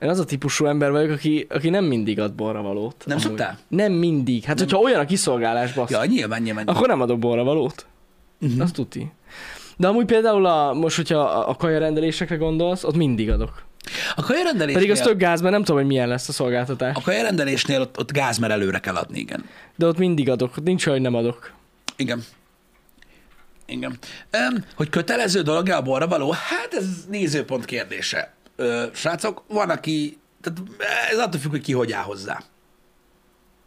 Én az a típusú ember vagyok, aki, aki nem mindig ad borravalót. Nem szoktál? Nem mindig. Hát, nem. hogyha olyan a kiszolgálás, bassz. Ja, nyilván, nyilván. Akkor nem adok borravalót. Mhm. Uh-huh. Azt tuti. De amúgy például a, most, hogyha a, a kaja rendelésekre gondolsz, ott mindig adok. A kajarendelésnél, Pedig az tök gáz, mert nem tudom, hogy milyen lesz a szolgáltatás. a kajarendelésnél ott, ott gáz, mert előre kell adni, igen. De ott mindig adok. Ott Nincs, olyan, hogy nem adok. Igen. Igen. Öm, hogy kötelező dolog a borra való? Hát ez nézőpont kérdése. Ö, srácok, van, aki... Tehát ez attól függ, hogy ki hogy áll hozzá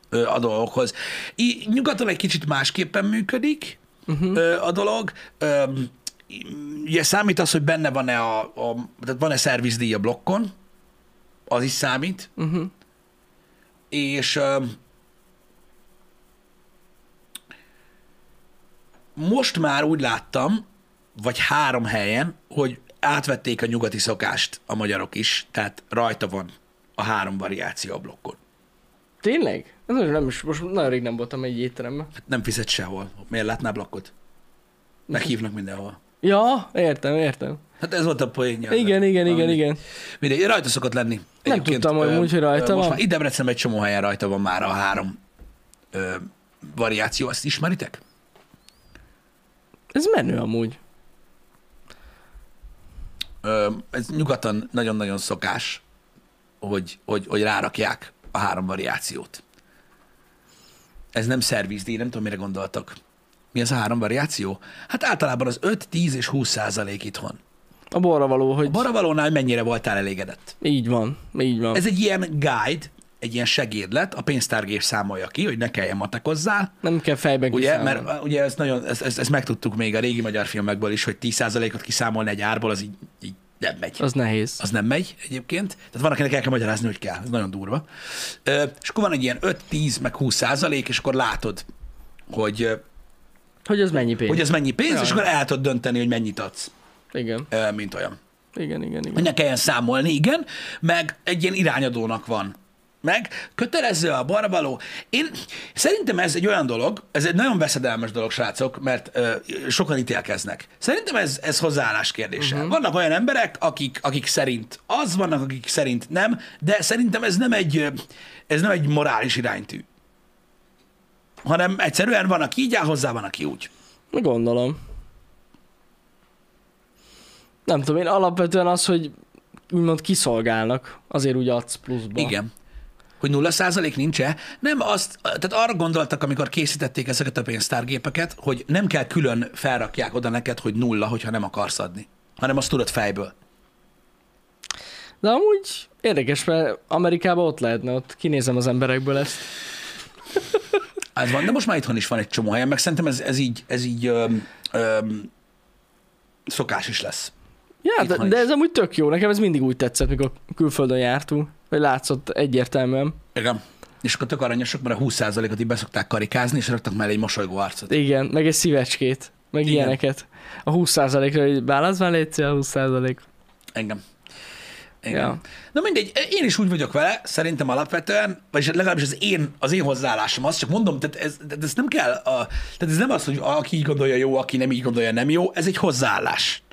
ö, a dolgokhoz. Í, nyugaton egy kicsit másképpen működik uh-huh. ö, a dolog. Ö, ugye számít az, hogy benne van-e a, a tehát van-e szervizdíj a blokkon, az is számít, Uh-huh. és öm, most már úgy láttam, vagy három helyen, hogy átvették a nyugati szokást a magyarok is, tehát rajta van a három variáció a blokkon. Tényleg? Ez nagyon nem is, most nagyon rég nem voltam egy étteremben. Hát nem fizet sehol. Miért látná blokkot? Meghívnak mindenhol. Ja, értem, értem. Hát ez volt a poénja. Igen, igen, igen, Valami. igen. Mindegy, rajta szokott lenni. tudtam, hogy ö, úgy, hogy rajta ö, most van. Már, itt Debrecenben egy csomó helyen rajta van már a három ö, variáció, azt ismeritek? Ez menő amúgy. Ö, ez nyugaton nagyon-nagyon szokás, hogy, hogy, hogy rárakják a három variációt. Ez nem szervizdíj, nem tudom, mire gondoltak. Mi az a három variáció? Hát általában az 5, 10 és 20 százalék itthon. A borra való, hogy A baravalónál mennyire voltál elégedett? így van, így van. Ez egy ilyen guide, egy ilyen segédlet, a pénztárgép számolja ki, hogy ne kelljen matekozzál, Nem kell fejben ugye, kiszámolni. mert uh, ugye ezt, nagyon, ezt, ezt, ezt megtudtuk még a régi magyar filmekből is, hogy 10%-ot kiszámolni egy árból, az így, így nem megy. Az nehéz. Az nem megy egyébként. Tehát van, akinek el kell magyarázni, hogy kell. Ez nagyon durva. Ö, És akkor van egy ilyen 5-10 meg 20 százalék, és akkor látod, hogy, ö, Hogy az mennyi pénz? hogy ez mennyi pénz, Jaj. és akkor el tudod dönteni, hogy mennyit adsz, Igen, ö, mint olyan. igen, igen, igen. Hogy ne kelljen számolni, igen, meg egy ilyen irányadónak van meg, kötelező a barbaló. Én szerintem ez egy olyan dolog, ez egy nagyon veszedelmes dolog, srácok, mert ö, sokan ítélkeznek. Szerintem ez, ez hozzáállás kérdése. Uh-huh. Vannak olyan emberek, akik, akik szerint az, vannak, akik szerint nem, de szerintem ez nem egy, ö, ez nem egy morális iránytű. Hanem egyszerűen van, aki így áll hozzá, van, aki úgy. Gondolom. Nem tudom, én alapvetően az, hogy úgymond kiszolgálnak, azért úgy adsz pluszba. Igen. Hogy 0% nincs-e? Nem azt, tehát arra gondoltak, amikor készítették ezeket a pénztárgépeket, hogy nem kell külön felrakják oda neked, hogy nulla, hogyha nem akarsz adni, hanem azt tudod fejből. De amúgy érdekes, mert Amerikában ott lehetne, ott kinézem az emberekből ezt. Ez van, de most már itthon is van egy csomó helyen, meg szerintem ez, ez így, ez így öm, öm, szokás is lesz. Ja, Itthon de, is. de ez amúgy tök jó. Nekem ez mindig úgy tetszett, mikor külföldön jártunk, hogy látszott egyértelműen. Igen. És akkor tök aranyosak, mert a 20%-ot így beszokták karikázni, és raktak mellé egy mosolygó arcot. Igen, meg egy szívecskét, meg Igen. Igen. ilyeneket. A 20%-ra, hogy válasz már légy szíves, a 20%. Engem. Igen. Ja. Na mindegy, én is úgy vagyok vele, szerintem alapvetően, vagyis legalábbis az én, az én hozzáállásom az, csak mondom, tehát ez, tehát ez nem kell, a, tehát ez nem az, hogy aki így gondolja jó, aki nem így gondolja nem jó, ez egy hozzáállás.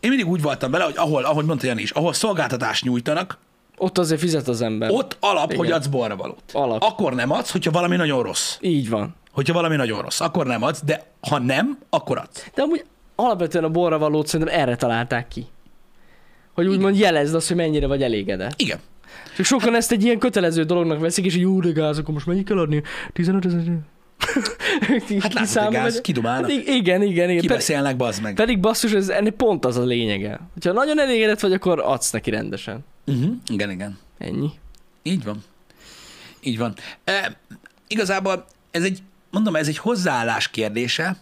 Én mindig úgy voltam vele, hogy ahol, ahogy mondta Jani is, ahol szolgáltatást nyújtanak, Ott azért fizet az ember. ott alap, Igen. Igen. hogy adsz borravalót. Alap. Akkor nem adsz, hogyha valami nagyon rossz. Így van. Hogyha valami nagyon rossz, akkor nem adsz, de ha nem, akkor adsz. De amúgy alapvetően a borra valót szerintem erre találták ki. Hogy úgymond jelezd azt, hogy mennyire vagy elégedett. Igen. Csak sokan ezt egy ilyen kötelező dolognak veszik, és hogy jó, de gáz, akkor most mennyit kell adni? 15 ezer. Hát látod, hogy gáz, Hát kidumálnak, i- igen, igen, igen. Pedig, kibeszélnek, bazd meg. pedig basszus, ez ennél pont az a lényege. Ha nagyon elégedett vagy, akkor adsz neki rendesen. Uh-huh. Igen, igen. Ennyi. Így van. Így van. E, igazából ez egy, mondom, ez egy hozzáállás kérdése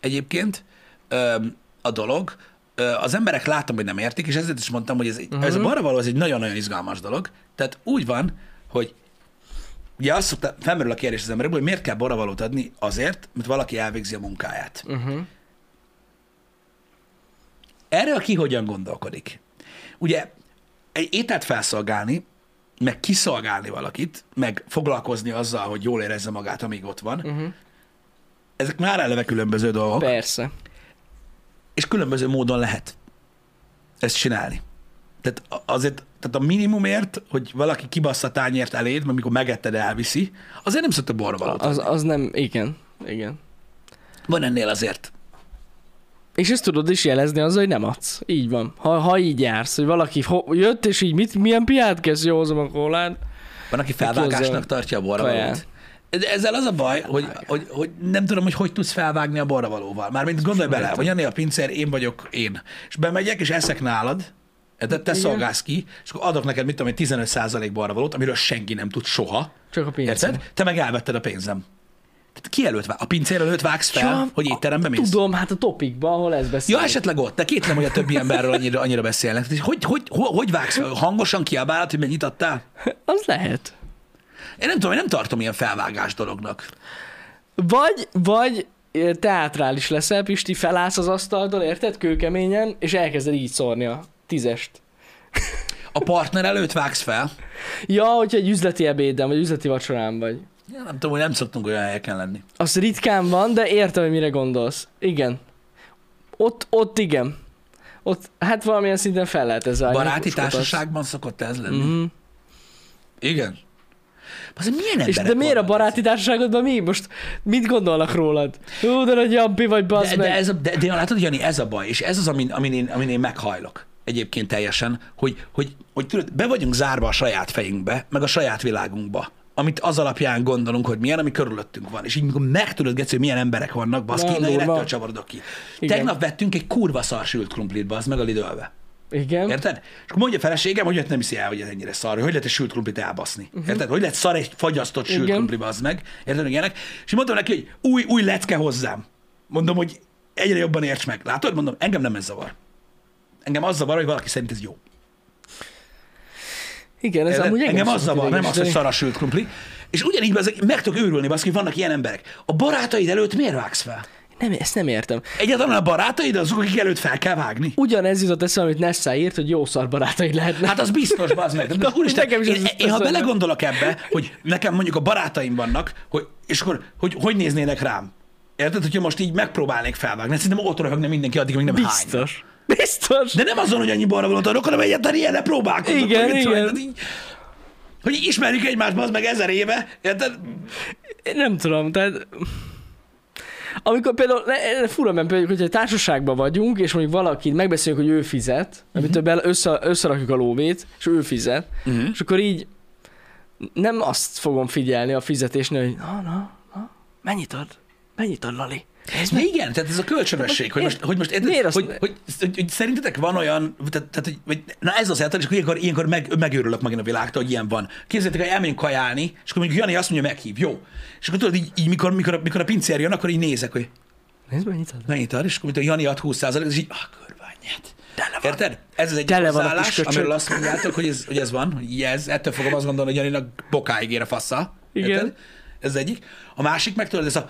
egyébként ö, a dolog. Ö, az emberek látom, hogy nem értik, és ezért is mondtam, hogy ez, egy, uh-huh. ez a balra való, ez egy nagyon-nagyon izgalmas dolog. Tehát úgy van, hogy ugye azt szokta, felmerül a kérdés az emberekből, hogy miért kell borravalót adni azért, mert valaki elvégzi a munkáját. Uh-huh. Erről ki hogyan gondolkodik? Ugye egy ételt felszolgálni, meg kiszolgálni valakit, meg foglalkozni azzal, hogy jól érezze magát, amíg ott van, uh-huh. ezek már eleve különböző dolgok, Be. Persze. és különböző módon lehet ezt csinálni. Tehát a- azért, tehát a minimumért, hogy valaki kibassza a tányért eléd, mert amikor megetted, elviszi, azért nem szokta borvalót. Az, az nem, igen. Igen. Van ennél azért. És ezt tudod is jelezni azzal, hogy nem adsz. Így van. Ha, ha így jársz, hogy valaki ho- jött, és így mit, milyen piát kezd, jó, hozom a kólát. Van, aki Ki felvágásnak hozza tartja a kaját? borravalót. De ezzel az a baj, hogy, hogy, hogy nem tudom, hogy hogy tudsz felvágni a borravalóval. Mármint gondolj bele, hogy Jani a pincér, én vagyok én. És bemegyek, és eszek nálad, te, te szolgálsz ki, és akkor adok neked, mit tudom én, 15% borravalót, amiről senki nem tud soha. Csak a pénzt. Érted? Te meg elvetted a pénzem. Tehát ki előtt vág? A pincér előtt vágsz fel, Ja, hogy étterembe mész? Tudom, hát a topikban, ahol ez beszél. Ja, hát- esetleg ott, de kétlem, hogy a többi emberről annyira, annyira beszélnek. Tehát Hogy, hogy, hogy, hogy vágsz fel? Hangosan kiabálod, hogy mennyit adtál? Az lehet. Én nem tudom, én nem tartom ilyen felvágás dolognak. Vagy, vagy ö, teátrális leszel, Pisti, felállsz az asztaltól, érted, kőkeményen, és elkezded így szórni a tízest. A partner előtt vágsz fel. Ja, hogyha egy üzleti ebéden, vagy üzleti vacsorán vagy. Ja, nem tudom, hogy nem szoktunk olyan helyeken lenni. Az ritkán van, de értem, hogy mire gondolsz. Igen. Ott, ott igen. Ott, hát valamilyen szinten fel lehet ez a Baráti társaságban szokott ez lenni. Mm. Mm. Igen. Az, milyen És emberek de miért a vannak? baráti társaságodban mi? Most mit gondolnak rólad? Jó, de nagy jabbi vagy, bazd De, meg. de, ez a, de, de látod, Jani, ez a baj, és ez az, amin, amin, én, amin én meghajlok egyébként teljesen, hogy, hogy, hogy tudod, be vagyunk zárva a saját fejünkbe, meg a saját világunkba, amit az alapján gondolunk, hogy milyen, ami körülöttünk van. És így mikor megtudod, Geci, hogy milyen emberek vannak, baszki, Nagyon na én durva. ettől csavarodok ki. Igen. Tegnap vettünk egy kurva szar sült krumplit, bazd meg a Lidlbe. Igen. Érted? És akkor mondja a feleségem, hogy őt nem hiszi el, hogy ez ennyire szar, hogy hogy lehet egy sült krumplit elbaszni. Uh-huh. Érted? Hogy lehet szar egy fagyasztott sült Hm. Igen. krumpli, az meg. Érted, hogy ilyenek? És mondtam neki, hogy új, új lecke hozzám. Mondom, hogy egyre jobban érts meg. Látod? Mondom, engem nem ez zavar. Engem az zavar, hogy valaki szerint ez jó. Igen, ez amúgy engem az szokott zavar, nem az, hogy idegesíteni. szar a sült krumpli. És ugyanígy bazeg, meg tudok őrülni, bazeg, hogy vannak ilyen emberek. A barátaid előtt miért vágsz fel? nem, ezt nem értem. Egyáltalán a barátaid azok, akik előtt fel kell vágni. Ugyanez jutott eszembe, amit Nessa írt, hogy jó szar barátaid lehetnek. Hát az biztos, bazd meg. *laughs* De, úristen, nekem is én, ez én, ha eszembe. belegondolok ebbe, hogy nekem mondjuk a barátaim vannak, hogy, és akkor hogy, hogy néznének rám? Érted, hogyha most így megpróbálnék felvágni, szerintem ott röhögne mindenki addig, amíg nem hány. *laughs* Biztos. Biztos. De nem azon, hogy annyi balra gondolok, hanem egyáltalán ilyenre próbálkozok. Igen, hogy mit tudom én, igen. tehát így- Hogy ismerjük egymást, az meg ezer éve, érted? Én nem tudom, tehát... Amikor például, ne- ne- fura, mert például, hogyha társaságban vagyunk, és mondjuk valaki, megbeszéljük, hogy ő fizet, uh-huh. amit össze, összerakjuk a lóvét, és ő fizet, uh-huh. és akkor így nem azt fogom figyelni a fizetésnél, hogy na, na, na, mennyit ad? Mennyit ad Lali? Ez Hát De igen, tehát ez a kölcsönösség, hogy most, hogy most érted, miért azt- hogy, hogy, hogy, hogy, szerintetek van olyan, tehát, tehát hogy, vagy, na ez az által, és akkor ilyenkor, ilyenkor meg, megőrülök megint a világtól, hogy ilyen van. Képzeljétek, hogy elmegyünk kajálni, és akkor mondjuk Jani azt mondja, meghív, jó. És akkor tudod, így, így mikor, mikor, a- mikor a pincér jön, akkor így nézek, hogy Nézd, mennyit ad? mennyit ad, és akkor mondjuk Jani ad 20 és így, ah, kurványát. Érted? Ez az egy Tele van a hozzáállás, kis köcsög. amiről azt mondjátok, hogy ez, hogy ez van, hogy így ez, ettől fogom azt gondolni, hogy Janinak bokáig ér a fassa. Igen. Érted? Ez az egyik. A másik meg tudod, ez a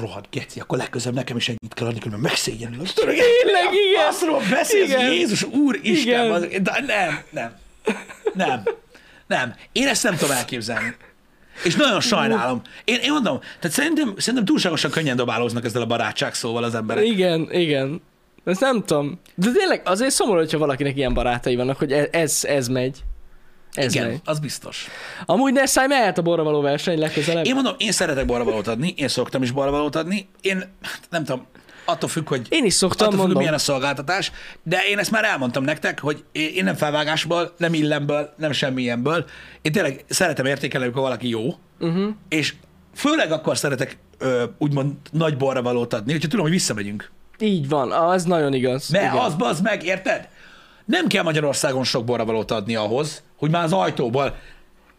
rohadt geci, akkor legközebb nekem is ennyit kell adni, különben megszégyenülök. Tényleg, igen. Faszról beszélsz, Igen. Jézus Úr Isten, Igen. az, de nem, nem, nem, nem. Én ezt nem tudom elképzelni. És nagyon sajnálom. Én, én mondom, tehát szerintem, szerintem túlságosan könnyen dobálóznak ezzel a barátság szóval az emberek. Igen, igen. Ezt nem tudom. De tényleg azért szomorú, hogyha valakinek ilyen barátai vannak, hogy e- ez, ez megy. Ez Igen, megy. az biztos. Amúgy ne szállj, mehet a borra való verseny legközelebb. Én mondom, én szeretek balvalót adni, én szoktam is balvalót adni. Én hát nem tudom, attól függ, hogy Én is szoktam, attól függ, hogy mondom. milyen a szolgáltatás, de én ezt már elmondtam nektek, hogy én én nem felvágásból, nem illemből, nem semmilyenből. Én tényleg szeretem értékelni, amikor valaki jó, Mhm. uh-huh. és főleg akkor szeretek ö, úgymond nagy balvalót adni, hogyha tudom, hogy visszamegyünk. Így van, az nagyon igaz. Ne, igen. Igen. az bazd meg, érted? Nem kell Magyarországon sok borravalót adni ahhoz, hogy már az ajtóból.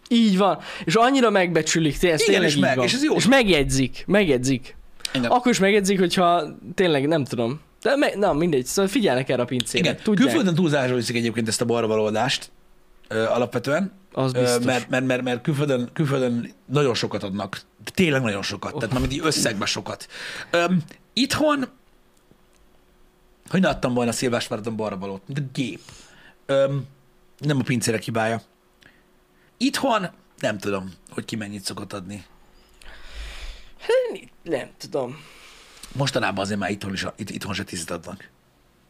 Így van. És annyira megbecsülik, te, ez Igen, tényleg és így meg- van. és ez jó. és megjegyzik, megjegyzik. Igen. Akkor is megjegyzik, hogyha tényleg nem tudom. De me- na, mindegy, szóval figyelnek erre a pincére. Igen, Tudják. külföldön túlzásra viszik egyébként ezt a balravaló adást ö, alapvetően, Az Ö, biztos. mert, mert, mert, mert külföldön, külföldön nagyon sokat adnak. Tényleg nagyon sokat. Tehát már mindig összegben sokat. Öm, itthon, hogy ne adtam volna Szilvásvárdon balra valót, mint a gép. Öm, nem a pincérek hibája. Itthon nem tudom, hogy ki mennyit szokott adni. Nem tudom. Mostanában azért már itthon, is, itt, itthon se tízet adnak.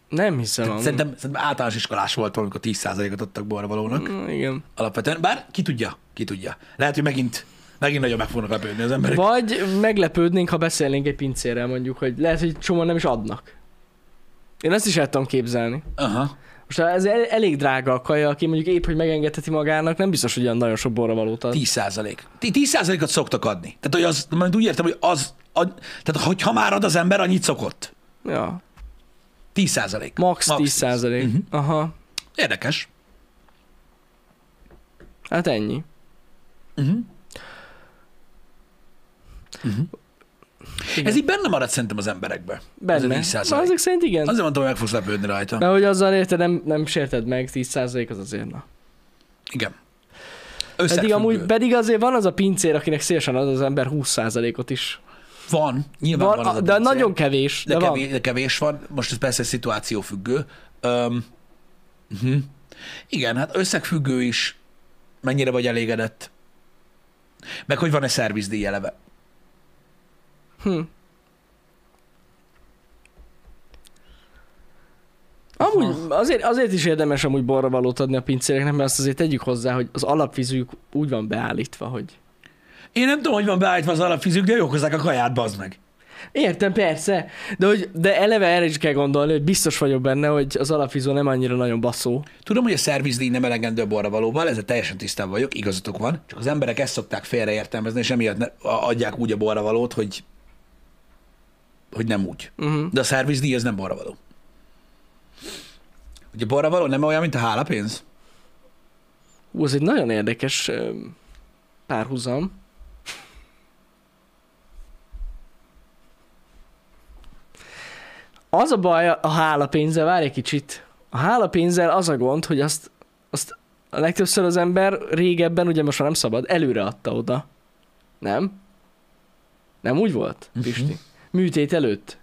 Nem hiszem. amúgy. Szerintem, szerintem általános iskolás volt, amikor 10%-ot adtak balra valónak. Mm, Igen. Alapvetően, bár ki tudja, ki tudja. Lehet, hogy megint, megint nagyon meg fognak lepődni az emberek. Vagy meglepődnénk, ha beszélnénk egy pincérrel mondjuk, hogy lehet, hogy csomóan nem is adnak. Én ezt is el tudom képzelni. Aha. Most ez el- elég drága a kaja, aki mondjuk épp, hogy megengedheti magának, nem biztos, hogy olyan nagyon sok borra valót ad. 10 százalék. 10 százalékot szoktak adni. Tehát, hogy az, mert úgy értem, hogy az, ad, tehát, hogy ha már ad az ember, annyit szokott. Ja, 10 százalék. max, 10 százalék. Mhm. Aha, Érdekes. hát ennyi. Uh-huh. Igen. Mhm. Ez így benne marad szerintem az emberekbe. Ez a Benne. 10 Na, százalék. Azok szerint igen. Az... Azért mondtam, hogy meg fogsz lepődni rajta. Mert hogy azzal érted, nem, nem sérted meg, 10% az azért, na. Igen. Pedig, Pedig amúgy, pedig azért van az a pincér, akinek szélesen ad az ember 20%-ot is. Van, nyilván van, Van, van az a de pincér. nagyon kevés, de, De, van. kevés, de kevés van, most ez persze szituáció függő. Um, uh-huh. Igen, hát összegfüggő is, mennyire vagy elégedett. Meg hogy van-e szervizdíj eleve. Amúgy azért, azért is érdemes amúgy borra valót adni a pincéreknek, mert azt azért tegyük hozzá, hogy az alapvizük úgy van beállítva, hogy... Én nem tudom, hogy van beállítva az alapfizük, de jók hozzák a kaját, bazd meg. Értem, persze, de, hogy, de eleve erre is kell gondolni, hogy biztos vagyok benne, hogy az alapvizó nem annyira nagyon baszó. Tudom, hogy a szervizdíj nem elegendő a borra valóban, ezzel teljesen tisztában vagyok, igazatok van, csak az emberek ezt szokták félreértelmezni, és emiatt ne, a- adják úgy a borra valót, hogy, hogy nem úgy. Uh-huh. De a szervizdíj az nem borra való. Ugye borra való nem olyan, mint a hálapénz? Ú, ez egy nagyon érdekes öm, párhuzam. Az a baj a hálapénzzel, várj egy kicsit. A hálapénzzel az a gond, hogy azt, azt a legtöbbször az ember régebben, ugye most már nem szabad, előre adta oda. Nem? Nem úgy volt, Pisti? Műtét előtt.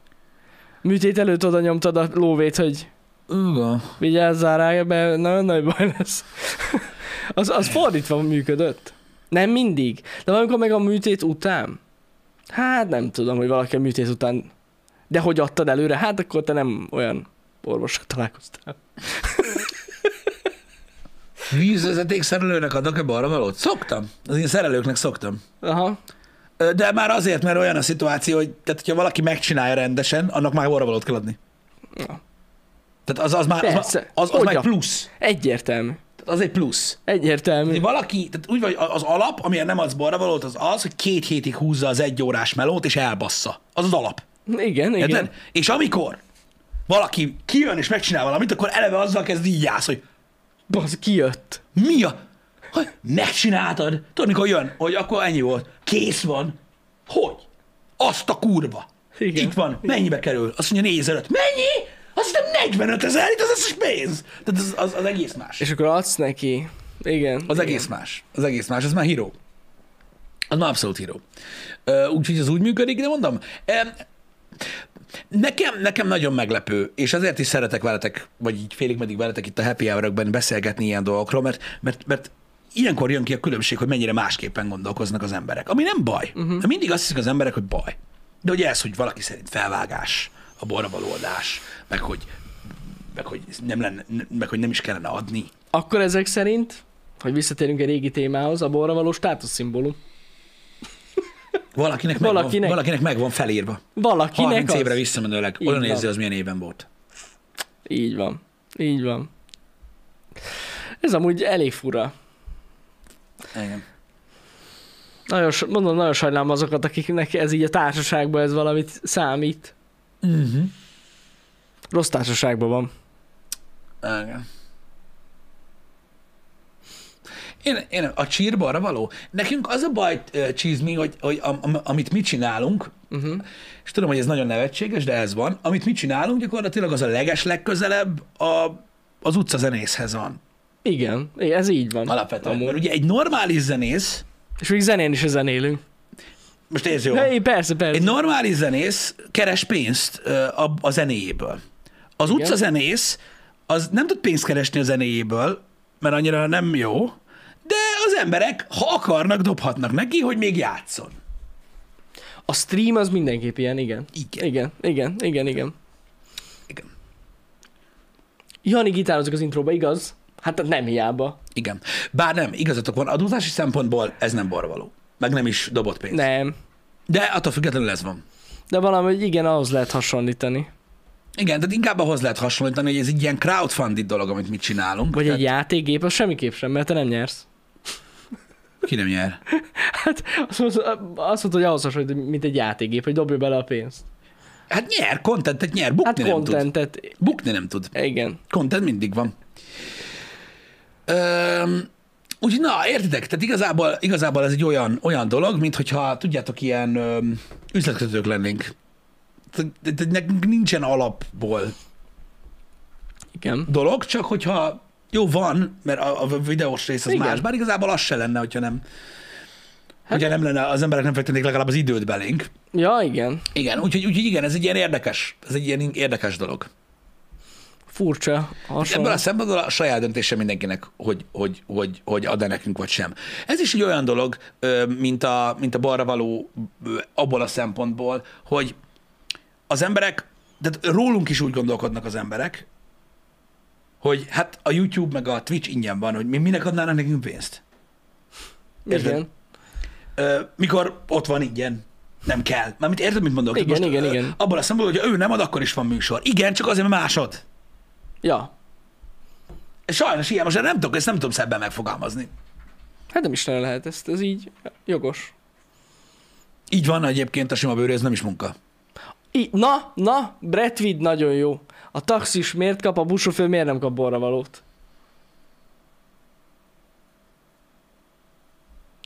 Műtét előtt oda nyomtad a lóvét, hogy Igen. vigyázzál rá, mert nagyon nagy baj lesz. az, az fordítva működött. Nem mindig. De valamikor meg a műtét után. Hát nem tudom, hogy valaki a műtét után. De hogy adtad előre? Hát akkor te nem olyan orvossal találkoztál. Vízvezeték szerelőnek adok-e balra valót? Szoktam. Az én szerelőknek szoktam. Aha. Ö, De már azért, mert olyan a szituáció, hogy tehát, hogyha valaki megcsinálja rendesen, annak már balra valót kell adni. Ja. Tehát az, az már az, az, Persze. az, az már Hogyan? plusz. Egyértelmű. Tehát Az egy plusz. Egyértelmű. Hogy valaki, tehát úgy vagy, az alap, amilyen nem adsz balra valót, az az, hogy két hétig húzza az egy órás melót, és elbassza. Az az alap. Igen, igen. Érted? És amikor valaki kijön és megcsinál valamit, akkor eleve azzal kezd így állsz, hogy Basz, kijött. mi a... Hogy megcsináltad? Tudod, mikor jön, hogy akkor ennyi volt. Kész van. Hogy? Azt a kurva. Igen. Itt van. Mennyibe kerül? Azt mondja 45. Mennyi? Azt hiszem 45 ezer, itt az összes pénz. Tehát az, az, az egész más. És akkor adsz neki. Igen. Az igen. egész más. Az egész más, ez már híró. Az már abszolút híró. Ö, Úgyhogy ez úgy működik, de mondom, em, nekem, nekem nagyon meglepő, és ezért is szeretek veletek, vagy így félig meddig veletek itt a happy hour beszélgetni ilyen dolgokról, mert, mert, mert ilyenkor jön ki a különbség, hogy mennyire másképpen gondolkoznak az emberek. Ami nem baj. Mhm. Uh-huh. Mindig azt hiszik az emberek, hogy baj. De hogy ez, hogy valaki szerint felvágás, a borravalódás, meg hogy, meg hogy, nem lenne, meg hogy nem is kellene adni. Akkor ezek szerint, hogy visszatérünk egy régi témához, a borra való státuszszimbólum. Valakinek, megvan, valakinek. Valakinek. valakinek megvan felírva. Valakinek 30 az. évre visszamenőleg. Így Olyan van. nézi, az milyen évben volt. Így van. Így van. Ez amúgy elég fura. Igen. Nagyon, so- mondom, nagyon sajnálom azokat, akiknek ez így a társaságban ez valamit számít. Uh-huh. Rossz társaságban van. Igen. Én, én, a csírba arra való? Nekünk az a baj, ö, csizmi, hogy, hogy am, am, amit mi csinálunk, Uh-huh. és tudom, hogy ez nagyon nevetséges, de ez van, amit mi csinálunk, gyakorlatilag az a leges legközelebb a, az utca zenészhez van. Igen, igen, ez így van. Alapvetően. Amúgy. Mert ugye egy normális zenész, És még zenén is zenélünk. most nézd jól. Hey, persze, persze. Egy normális zenész keres pénzt ö, a, a zenéjéből. Az Igen. utca zenész az nem tud pénzt keresni a zenéjéből, mert annyira nem jó, de az emberek, ha akarnak, dobhatnak neki, hogy még játszon. A stream az mindenképp ilyen, igen. Igen. Igen, igen, igen, igen. Igen. Jani gitározik az intróba, igaz? Hát nem hiába. Igen. Bár nem, igazatok van, adózási szempontból ez nem barvaló. Meg nem is dobott pénz. Ne. Nem. De attól függetlenül ez van. De valahogy igen, ahhoz lehet hasonlítani. Igen, tehát inkább ahhoz lehet hasonlítani, hogy ez egy ilyen crowdfunded dolog, amit mi csinálunk. Vagy tehát egy játékgép, az semmiképp sem, mert te nem nyersz. Ki nem nyer. Hát azt mondod, azt mondod hogy ahhoz hasonlít, mint egy játékgép, hogy dobja bele a pénzt. Hát nyer, contentet nyer, bukni Hát nem tud. contentet, Bukni nem tud. igen. Content mindig van. Öm, úgyhogy na, értitek, tehát igazából, igazából ez egy olyan, olyan dolog, mint hogyha tudjátok, ilyen öm, üzletkötők lennénk. Tehát- tehát Nekünk nincsen alapból Igen. dolog, csak hogyha jó van, mert a, a videós rész az Igen. Igen. más, bár igazából az se lenne, hogyha nem, hogyha nem lenne, az emberek nem fektetnék legalább az időt belénk. Ja, igen. Igen, úgyhogy, úgyhogy igen, ez egy ilyen érdekes, ez egy ilyen érdekes dolog. Furcsa Ebből hasonló. a szempontból a saját döntése mindenkinek, hogy, hogy, hogy, hogy ad-e nekünk, vagy sem. Ez is egy olyan dolog, ö, mint a, mint a balra való ö, abból a szempontból, hogy az emberek, tehát rólunk is úgy gondolkodnak az emberek, hogy hát a YouTube meg a Twitch ingyen van, hogy mi minek adnának nekünk pénzt. Igen. Ö, Mikor ott van ingyen. Nem kell. Mármint érted, mit mondok? Tehát Igen, igen, ö, igen. Abból a szempontból, hogy ő nem ad, akkor is van műsor. Igen, csak azért, mert másod. Ja. Sajnos ilyen, most nem tudok, ezt nem tudom szebben megfogalmazni. Hát nem is nagyon lehet ezt, ez így jogos. Így van egyébként a sima bőr, ez nem is munka. I, na, na, Bretvid nagyon jó. A taxis miért kap, a buszsofőr miért nem kap borravalót?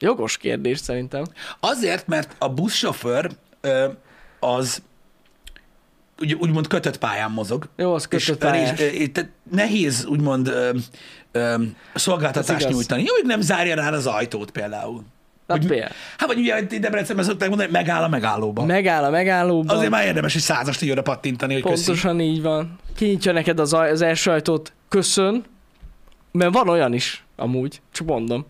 Jogos kérdés szerintem. Azért, mert a buszsofőr ö, az úgy, úgymond kötött pályán mozog. Jó, az És kötött pályás. rés- ö, tehát nehéz úgymond ö, ö, Ez szolgáltatást igaz. nyújtani. Jó, hogy nem zárja rá az ajtót például. Na, Hogy- például. Hát vagy ugye hogy itt Debrecenben szokták mondani, hogy megáll a megállóba. Megáll a megállóban. Azért már érdemes egy százast így oda pattintani, hogy köszi. Pontosan így van. Kinyitja neked az, aj- az első ajtót, köszön, mert van olyan is, amúgy, csak mondom.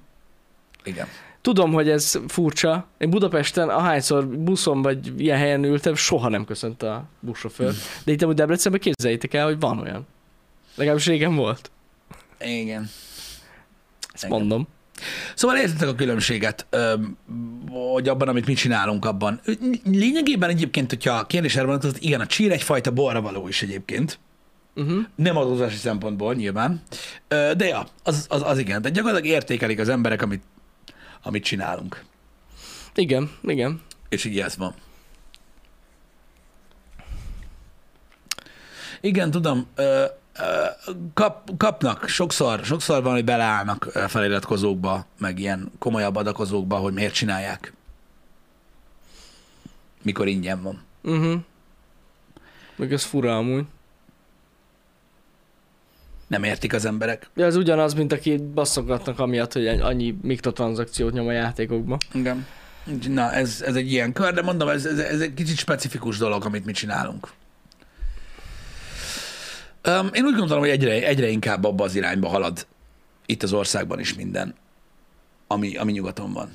Igen. Tudom, hogy ez furcsa. Én Budapesten ahányszor buszon vagy ilyen helyen ültem, soha nem köszönt a buszsofőr. De itt amúgy Debrecenben képzeljétek el, hogy van olyan. Legalábbis régen volt. Igen. Ezt Engem. mondom. Szóval értitek a különbséget, öm, hogy abban, amit mi csinálunk abban. Lényegében egyébként, hogyha a kérdés erre vonatkozott, igen, a csír egyfajta borra való is egyébként. Uh-huh. Nem adózási szempontból nyilván. Ö, De ja, az, az, az igen. De gyakorlatilag értékelik az emberek, amit, amit csinálunk. Igen, igen. És így ez van. Igen, tudom, ö, ö, kap, kapnak, sokszor, sokszor van, hogy beleállnak ö, feliratkozókba, meg ilyen komolyabb adakozókba, hogy miért csinálják. Mikor ingyen van. Uh-huh. Meg ez fura amúgy. Nem értik az emberek. De ez ugyanaz, mint aki basszogatnak amiatt, hogy annyi mikrotranszakciót nyom a játékokba. Igen. Na, ez, ez egy ilyen kör, de mondom, ez, ez, ez egy kicsit specifikus dolog, amit mi csinálunk. Um, én úgy gondolom, hogy egyre, egyre inkább abba az irányba halad itt az országban is minden, ami, ami nyugaton van.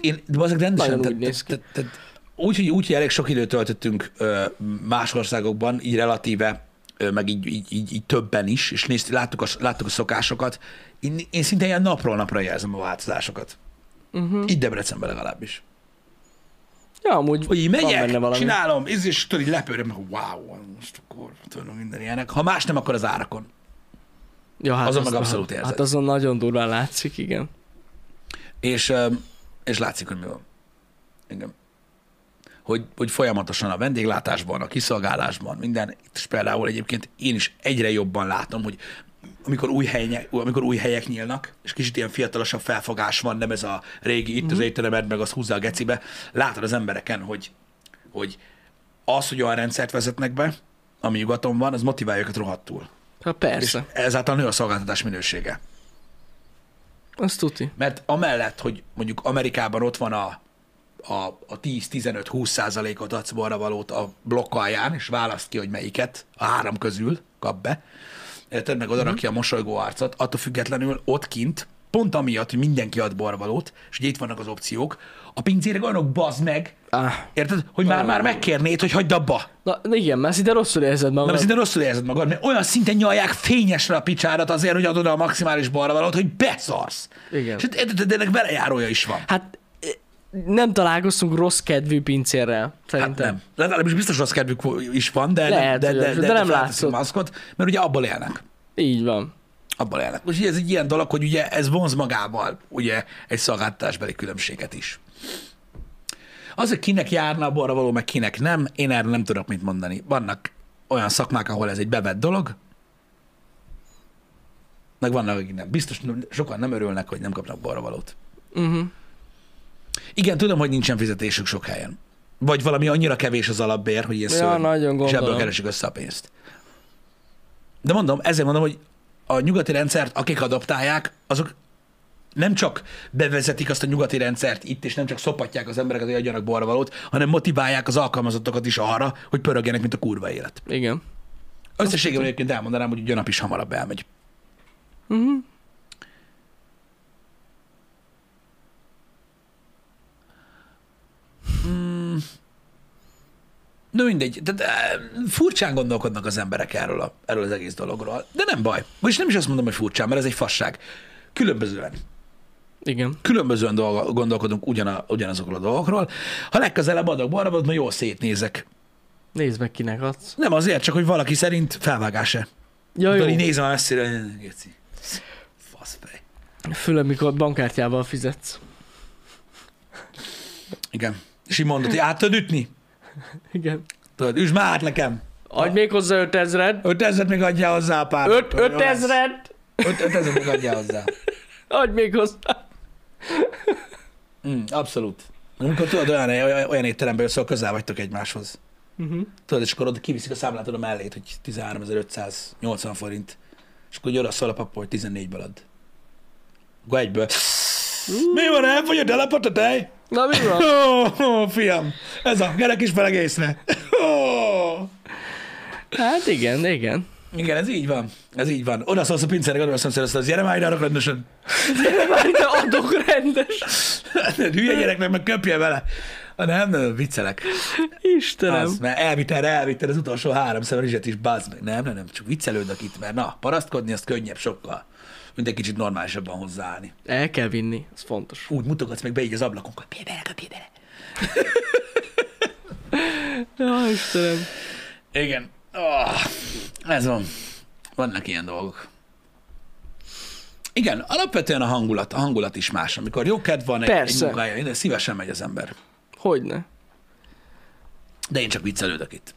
Én, de azok rendesen, Nagyon tehát- úgy néz ki. tehát- tehát úgy, hogy úgy, hogy elég sok időt töltöttünk ö, más országokban, így relatíve, ö, meg így, így, így, így többen is, és néztük, láttuk, a, láttuk a szokásokat. Én, én szinte ilyen napról napra jelzem a változásokat. Uh-huh. Itt Debrecenben legalábbis. Ja, amúgy Hogy így van benne megyek, valami. csinálom, ez és tudod, így lepöröm, hogy wow, most akkor tudom minden ilyenek. Ha más nem, akkor az árakon. Ja, hát Azon azt- meg abszolút érzed. Hát azon nagyon durván látszik, igen. És, öm, és látszik, hogy mi van. Igen. Hogy, hogy folyamatosan a vendéglátásban, a kiszolgálásban, minden, és például egyébként én is egyre jobban látom, hogy amikor új, helyek, amikor új helyek nyílnak, és kicsit ilyen fiatalosabb felfogás van, nem ez a régi itt az étteremed, meg az húzza a gecibe, látod az embereken, hogy, hogy az, hogy olyan rendszert vezetnek be, ami nyugaton van, az motiválja őket rohadtul. Hát persze, És ezáltal nő a szolgáltatás minősége. az tuti. Mert amellett, hogy mondjuk Amerikában ott van a, a, a 10-15-20 százalékot adsz borra valót a blokk alján, és választ ki, hogy melyiket a három közül kap be, érted, meg oda rakja a mosolygó arcot, attól függetlenül ott kint, pont amiatt, hogy mindenki ad borvalót, és ugye itt vannak az opciók, a pincérek olyanok bazd meg, Ah. érted, hogy már-már megkérnéd, hogy hagyd abba. Na igen, mert szinte rosszul érzed Nem, magad. szinte rosszul érzed magad, mert olyan szinten nyalják fényesre a picsádat azért, hogy adod a maximális balvalót, hogy beszarsz. Igen. És hát, de ennek velejárója is van. Hát eh, nem találkoztunk rossz kedvű pincérrel, Hát szerintem. nem. Legalábbis biztos rossz kedvük is van, de, Lehet, de, hogy de, az, de nem felteszik látszott. a maszkot, mert ugye abból élnek. Így van. Abból élnek. Úgyhogy ez egy ilyen dolog, hogy ugye ez vonz magával ugye egy szolgáltatásbeli különbséget is. Az, hogy kinek járna a borra való, meg kinek nem, én erre nem tudok mit mondani. Vannak olyan szakmák, ahol ez egy bevett dolog, meg vannak, akik nem. Biztos nem- sokan nem örülnek, hogy nem kapnak borra valót. Uh-huh. Igen, tudom, hogy nincsen fizetésük sok helyen. Vagy valami annyira kevés az alapbér, hogy ilyen Ja, szörny. nagyon és ebből gondolom. keresik össze a pénzt. De mondom, ezért mondom, hogy a nyugati rendszert, akik adaptálják, azok nem csak bevezetik azt a nyugati rendszert itt, és nem csak szopatják az embereket, hogy adjanak borvalót, hanem motiválják az alkalmazottakat is arra, hogy pörögjenek, mint a kurva élet. Igen. Összességében egyébként elmondanám, hogy ugye nap is hamarabb elmegy. Mm. Uh-huh. Mm. Na mindegy, de, de furcsán gondolkodnak az emberek erről, a, erről az egész dologról. De nem baj. Vagyis nem is azt mondom, hogy furcsán, mert ez egy fasság. Különbözően. Igen. Különbözően dolga, gondolkodunk ugyana, ugyanazokról a dolgokról. Ha legközelebb adok balra, majd jól szétnézek. Nézd meg, kinek adsz. Nem azért, csak hogy valaki szerint felvágás-e. Ja, Tudod, jó. így nézem a messzire, geci. Fasz fej. Főleg, mikor bankkártyával fizetsz. Igen. És így mondod, hogy át tudod ütni? Igen. Tudod, üsd már át nekem. Adj még hozzá 5000-et. Öt ezeret még adjál hozzá a pár. 5 5000-et. Öt, öt ezeret még adjál hozzá. Adj még hozzá. Mm, abszolút. Amikor tudod, olyan, olyan, olyan étteremben jössz, ahol közel vagytok egymáshoz. Uh-huh. Tudod, és akkor oda kiviszik a számlát oda mellét, hogy 13.580 forint. És akkor így oda szól a papa, hogy 14-ből ad. Akkor egyből Mi van, elfogyott el a tej? Na mi van? Oh, oh, fiam, ez a gyerek is meleg észre. Oh. Hát igen, igen. *laughs* *laughs* Igen, ez így van. Ez így van. Oda szólsz a pincérnek, oda szólsz azt, hogy gyere már ide, arra rendesen. *laughs* De már ide adok rendes. Hülye gyereknek, meg köpje vele. Ha Nem, nem, viccelek. Istenem. Az, mert elvitted, elvitted az utolsó három rizset is, bazd meg. Nem, nem, nem, csak viccelődök itt, mert na, parasztkodni azt könnyebb sokkal, mint egy kicsit normálisabban hozzáállni. El kell vinni, ez fontos. Úgy mutogatsz meg be így az ablakon, hogy "Kapj bele, kapj bele. Ja, Istenem. Igen. Oh, ez van. Vannak ilyen dolgok. Igen, alapvetően a hangulat, a hangulat is más. Amikor jó kedv van, egy, egy Persze. munkája, minden, szívesen megy az ember. Hogyne. De én csak viccelődök itt.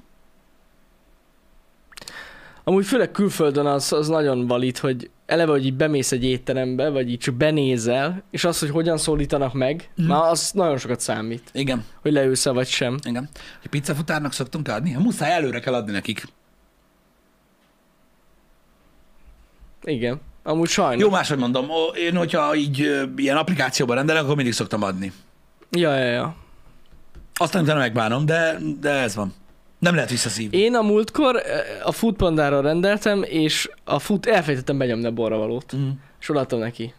Amúgy főleg külföldön az, az nagyon valid, hogy eleve, hogy így bemész egy étterembe, vagy így csak benézel, és az, hogy hogyan szólítanak meg, Mhm. mm. már az nagyon sokat számít, Igen, hogy leülsz vagy sem. igen. Hogy pizzafutárnak szoktunk adni? Ha muszáj, előre kell adni nekik. Igen. Amúgy sajnos. Jó, máshogy mondom. Ó, Én, hogyha így ö, ilyen applikációban rendelek, akkor mindig szoktam adni. Ja, ja, ja. Aztán utána megbánom, de, de ez van. Nem lehet visszaszívni. Én a múltkor eh, a foodpandára rendeltem, és a food elfejtettem benyomni a borravalót. Mhm. Mm. És odaadtam neki.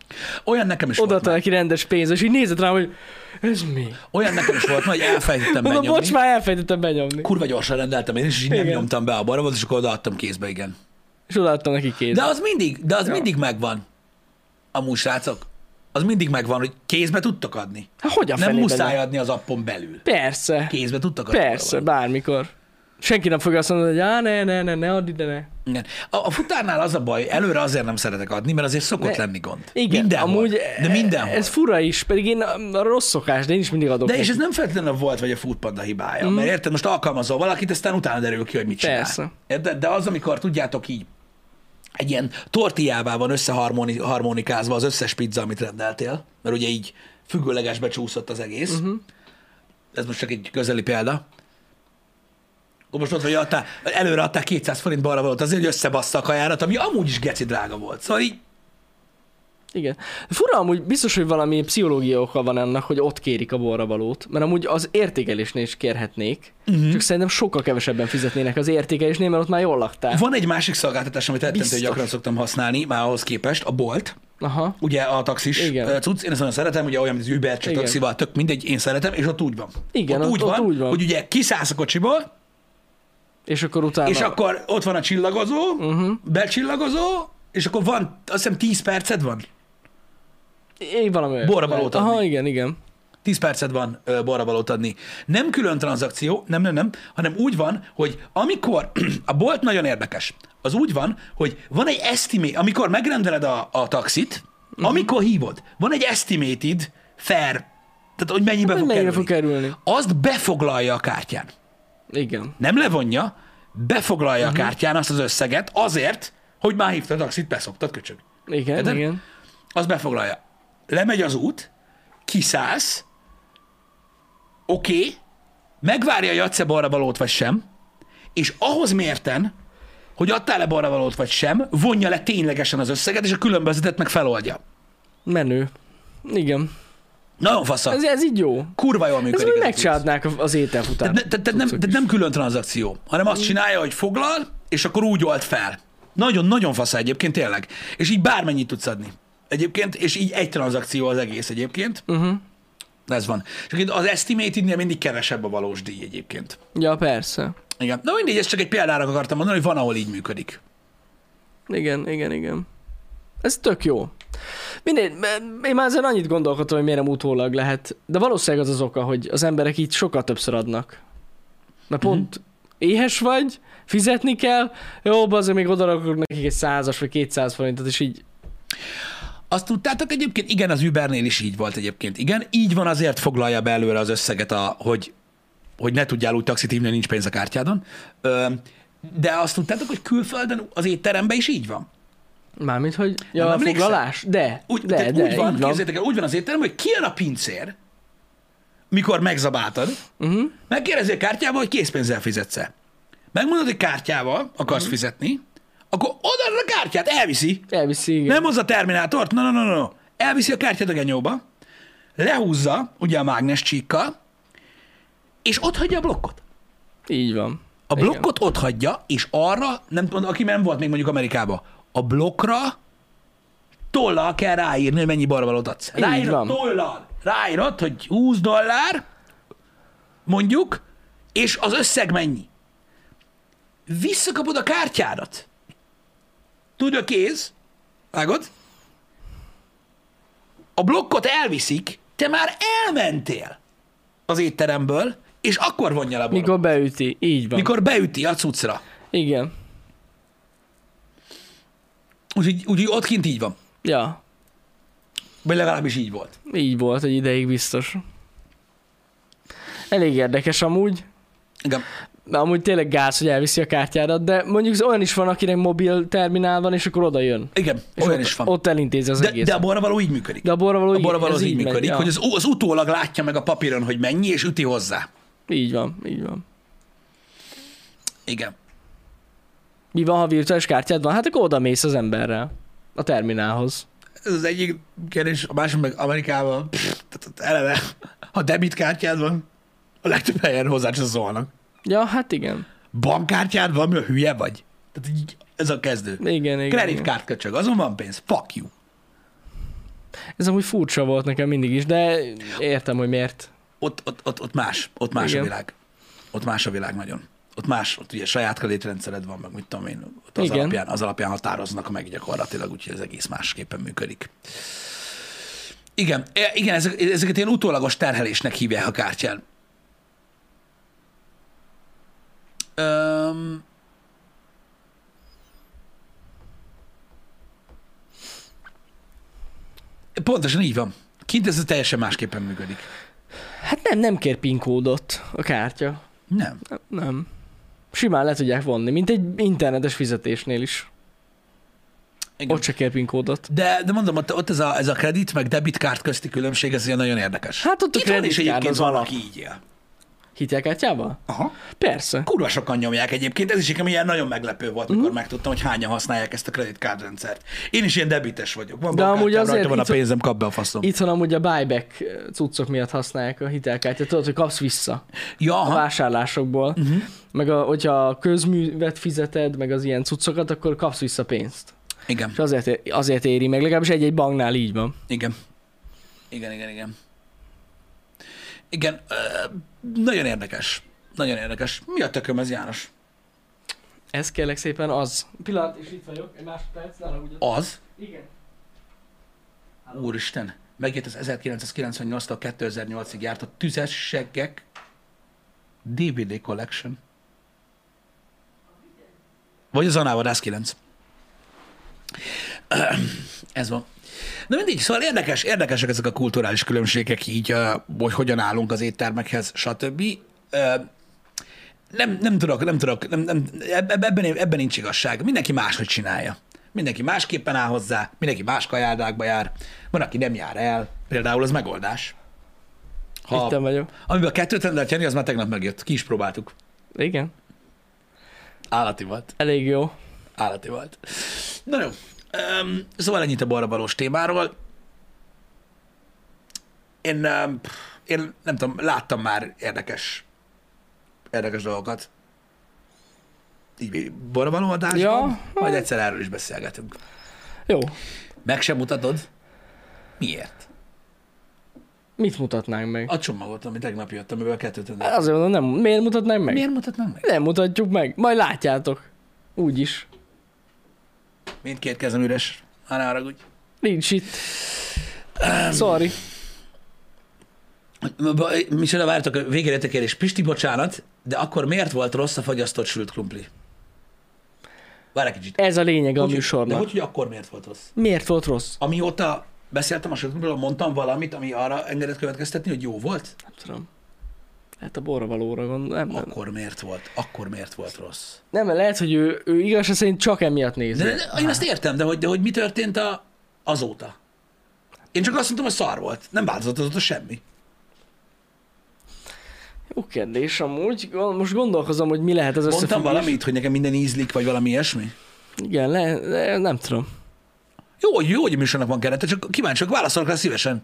Olyan nekem is volt Odaadtam már. neki rendes pénz, és így nézett rám, hogy ez mi? Olyan nekem is volt már, hogy elfelejtettem Mondom, benyomni. bocs, már elfejtettem benyomni. Kurva gyorsan rendeltem én is, és így nem Igen. nyomtam be a barabot, és akkor odaadtam kézbe, igen. És odaadtam neki kézbe. De az mindig, de az ja. mindig megvan. Amúgy srácok, az mindig megvan, hogy kézbe tudtok adni. Hát hogy a nem fenében muszáj adni az appon belül. Persze. Kézbe tudtak adni. Persze, bármikor. Senki nem fogja azt mondani, hogy á, ne, ne, ne, ne, add ide, ne. Igen. A, a futárnál az a baj, előre azért nem szeretek adni, mert azért szokott Ne. lenni gond. Igen, mindenhol. amúgy de mindenhol. Ez fura is, pedig én a, a rossz szokás, de én is mindig adok. de és neki. ez nem feltétlenül a volt vagy a foodpanda hibája, mm. mert érted, most alkalmazol valakit, aztán utána derül ki, hogy mit csinál. Persze. Érted? De az, amikor tudjátok így, egy ilyen tortillává van összeharmonikázva az összes pizza, amit rendeltél, mert ugye így függőlegesbe csúszott az egész. Mhm. Mm-hmm. Ez most csak egy közeli példa. Akkor most ott vagy, adtál, előre adtál 200 forint balra volt azért, hogy összebassza a kajárat, ami amúgy is geci drága volt. Szóval így Igen. Fura amúgy biztos, hogy valami pszichológia oka van ennek, hogy ott kérik a borravalót, mert amúgy az értékelésnél is kérhetnék, Mhm. uh-huh. csak szerintem sokkal kevesebben fizetnének az értékelésnél, mert ott már jól laktál. Van egy másik szolgáltatás, amit rettentő Biztos. gyakran szoktam használni, már ahhoz képest, a Bolt, Aha. ugye a taxis Igen. Igen. cucc, én ezt nagyon szeretem, ugye olyan, mint az Uber, csak Igen. taxival, tök mindegy, én szeretem, és ott úgy van. Igen, ott, ott- úgy, ott van, úgy van. Hát hogy ugye kiszállsz a kocsiból, És akkor utána... és akkor ott van a csillagozó, Mhm. uh-huh. becsillagozó, és akkor van, azt hiszem 10 perced van. Én valami olyasmi Borra valót lehet. Aha, adni. igen, igen. 10 percet van ö, borravalót adni. Nem külön tranzakció, nem, nem, nem, hanem úgy van, hogy amikor, *clears throat* a bolt nagyon érdekes, az úgy van, hogy van egy estimate, amikor megrendeled a, a taxit, Mhm. amikor hívod, van egy estimated fair, tehát hogy mennyibe, Hát, Hogy fog, mennyire kerülni. fog kerülni? Azt befoglalja a kártyán. Igen. Nem levonja, befoglalja Mhm. a kártyán azt az összeget azért, hogy már hívtad a taxit, beszoptad, köcsög Igen, Érted? igen. az befoglalja. Lemegy az út, kiszállsz, oké, okay, megvárja, hogy adsz-e balravalót vagy sem, és ahhoz mérten, hogy adtál-e balravalót vagy sem, vonja le ténylegesen az összeget, és a különbözetet meg feloldja. Menő. Igen. Nagyon fasz. Ez, ez így jó. Kurva jól Ez működik. még ez a megcsinálnák az étel után. cucc. Tehát te, te nem, te nem külön tranzakció, hanem azt csinálja, hogy foglal, és akkor úgy old fel. Nagyon-nagyon fasz egyébként, tényleg. És így bármennyit tudsz adni. Egyébként, és így egy tranzakció az egész egyébként. Uh-huh. Ez van. És egyébként az estimated mindig kevesebb a valós díj egyébként. Ja, persze. Igen. Na mindegy, ezt csak egy példára akartam mondani, hogy van, ahol így működik. Igen, igen, igen. Ez tök jó. Mindegy, m- én már ezen annyit gondolkodtam, hogy miért nem utólag lehet, de valószínűleg az az oka, hogy az emberek így sokkal többször adnak. Mert Mhm. pont éhes vagy, fizetni kell, jó, azért még odarakok nekik egy százas vagy kétszáz forintot, és így Azt tudtátok egyébként, igen, az Ubernél is így volt egyébként. Igen, így van azért foglalja be előre az összeget, a, hogy, hogy ne tudjál úgy taxit hívni, hogy nincs pénz a kártyádon. Ö, de azt tudtátok, hogy külföldön az étteremben is így van. mármint, hogy ja, Nem a emlékszel? foglalás, de, Úgy, de, tehát de, úgy van, így van. képzeljétek el, úgy van az étterem, hogy kijön a pincér, mikor megzabáltad, Mhm. uh-huh. megkérdezi a kártyával, hogy készpénzzel fizetsz-e. Megmondod, hogy kártyával akarsz Mhm. uh-huh. fizetni, akkor odaadod a kártyát, elviszi. Elviszi, igen. Igen. Nem hozza a Terminátort, no, no, no, no. Elviszi a kártyát a genyóba, lehúzza, ugye a mágnes csíkkal, és ott hagyja a blokkot. Így van. A blokkot ott hagyja, és arra, nem tudom, aki nem volt még mondjuk Amerikába, a blokkra tollal kell ráírni, hogy mennyi barbalót adsz. Így Ráírod van. tollal. Ráírod, hogy 20 dollár, mondjuk, és az összeg mennyi. Visszakapod a kártyádat. Tudja a kéz, vágod? A blokkot elviszik, te már elmentél az étteremből, és akkor vonja le a Mikor beüti, így van. mikor beüti a cuccra. Igen. Úgyhogy, úgyhogy ott kint így van. Ja, Vagy legalábbis így volt. így volt egy ideig biztos. Elég érdekes amúgy. Igen. De amúgy tényleg gáz, hogy elviszi a kártyádat, de mondjuk olyan is van, akinek mobil terminál van, és akkor oda jön. Igen, És olyan ott, is van. Ott elintézi az de, egész. de a borravaló így működik. de a borravaló a így, borravaló ez az így megy, működik, ja. hogy az, ú- az utólag látja meg a papíron, hogy mennyi, és üti hozzá. Így van, így van. Igen. Mi van, ha virtuális kártyád van? Hát akkor oda mész az emberrel. A terminálhoz. Ez az egyik kérdés, a másik meg Amerikában, pff, tehát ott eleve, ha debitkártyád van, a legtöbb helyen hozzá csak szólnak. Ja, hát igen. Bankkártyád van, mi a hülye vagy? Tehát így, ez a kezdő. Igen, igen. igen. Kreditkártka csak, azon van pénz, fuck you. Ez amúgy furcsa volt nekem mindig is, de értem, hogy miért. ott, ott, ott, ott más, ott más Igen. a világ. Ott más a világ nagyon. Ott más, ott ugye saját kredétrendszered van, meg mit tudom én, ott az, Igen. alapján, az alapján határoznak meg gyakorlatilag, úgyhogy ez egész másképpen működik. Igen, e- igen ezek, ezeket ilyen utólagos terhelésnek hívják a kártyán. Öm, pontosan így van. Kint ez teljesen másképpen működik. Hát nem, nem kér PIN kódot a kártya. Nem. Nem, nem. Simán le tudják vonni, mint egy internetes fizetésnél is. Igen. Ott se kér PIN kódot. De, de mondom, ott, ott ez, a, ez a kredit meg debitkárty közti különbség, ez ilyen nagyon érdekes. Hát ott a Itthon is kreditkárd egyébként az van, alap. aki így él. Hitelkártyával? Aha. Persze. Kurva sokan nyomják egyébként, ez is nekem ilyen nagyon meglepő volt, mikor Mhm. uh-huh. megtudtam, hogy hányan használják ezt a kreditkártrendszert. Én is ilyen debites vagyok. Van De amúgy bankkártyám, azért rajta van a itt a- pénzem, kap be a faszom. Itthon amúgy a buyback cuccok miatt használják a hitelkártyát. Tudod, hogy kapsz vissza ja, a aha. vásárlásokból. Mhm. Uh-huh. Meg a, hogyha a közművet fizeted, meg az ilyen cuccokat, akkor kapsz vissza pénzt. Igen, És azért, azért éri meg. Legalábbis egy-egy banknál így van. igen. Igen, igen, igen. Igen, ö, nagyon érdekes. Nagyon érdekes. Mi a tököm ez, János? Ez kérlek szépen az. Pillanat, és itt vagyok. Egy másodperc, ne haragudj. Az, Igen. Úristen, megjött az 1998-tól 2008-ig járt a Tüzes Seggek DVD Collection. Vagy az Anávadász 9. *clears throat* Ez van. Na mindig, szóval érdekes, érdekesek ezek a kulturális különbségek így, ö, hogy hogyan állunk az éttermekhez, stb. Ö, Nem, nem tudok, nem tudok, nem, nem, eb- eb- ebben, ebben nincs igazság. Mindenki máshogy csinálja. Mindenki másképpen áll hozzá, mindenki más kajárdákba jár. Van, aki nem jár el. Például az megoldás. Ha... Itten vagyok. Amiben a kettőt rendelt Jani, az már tegnap megjött. Ki is próbáltuk. Igen. Állati volt. Elég jó. Állati volt. Na jó. Um, szóval ennyit a balra-balós témáról. Én, um, én nem tudom, láttam már érdekes, érdekes dolgokat. Így balra-baló adásban, ja, Ja, majd hát. egyszer erről is beszélgetünk. Jó. Meg sem mutatod? Miért? Mit mutatnánk meg? A csomagot, ami tegnap jött, amiből kettőt rendelt. Azért mondom, nem. Miért mutatnánk meg? Miért mutatnánk meg? Nem mutatjuk meg. Majd látjátok. Úgy is. Mindkét kezem üres. Ha ne haragudj. Nincs itt. Sorry. B- Micsoda, vártok, végére jött a kérdés. Pisti, bocsánat, de akkor miért volt rossz a fagyasztott sült krumpli? Várj egy kicsit. Ez a lényeg a Hogy- De műsornak. hogy, hogy akkor miért volt rossz? Miért volt rossz? Amióta beszéltem a sült krumpliról, mondtam valamit, ami arra engedett következtetni, hogy jó volt? Nem tudom. Hát a borra valóra gondolom. Nem, nem. Akkor miért volt? Akkor miért volt rossz? nem, mert lehet, hogy ő, ő igazság szerint csak emiatt nézi. De, de én ezt értem, de hogy, de hogy mi történt a, azóta? Én csak azt mondtam, hogy szar volt. Nem változott azóta semmi. Jó kérdés amúgy. Gond- Most gondolkozom, hogy mi lehet az összefüggés. Mondtam valamit, hogy nekem minden ízlik, vagy valami ilyesmi? Igen, le, le, nem tudom. Jó, hogy, jó, hogy a műsornak van kerete, csak kíváncsiak, válaszolok rá szívesen.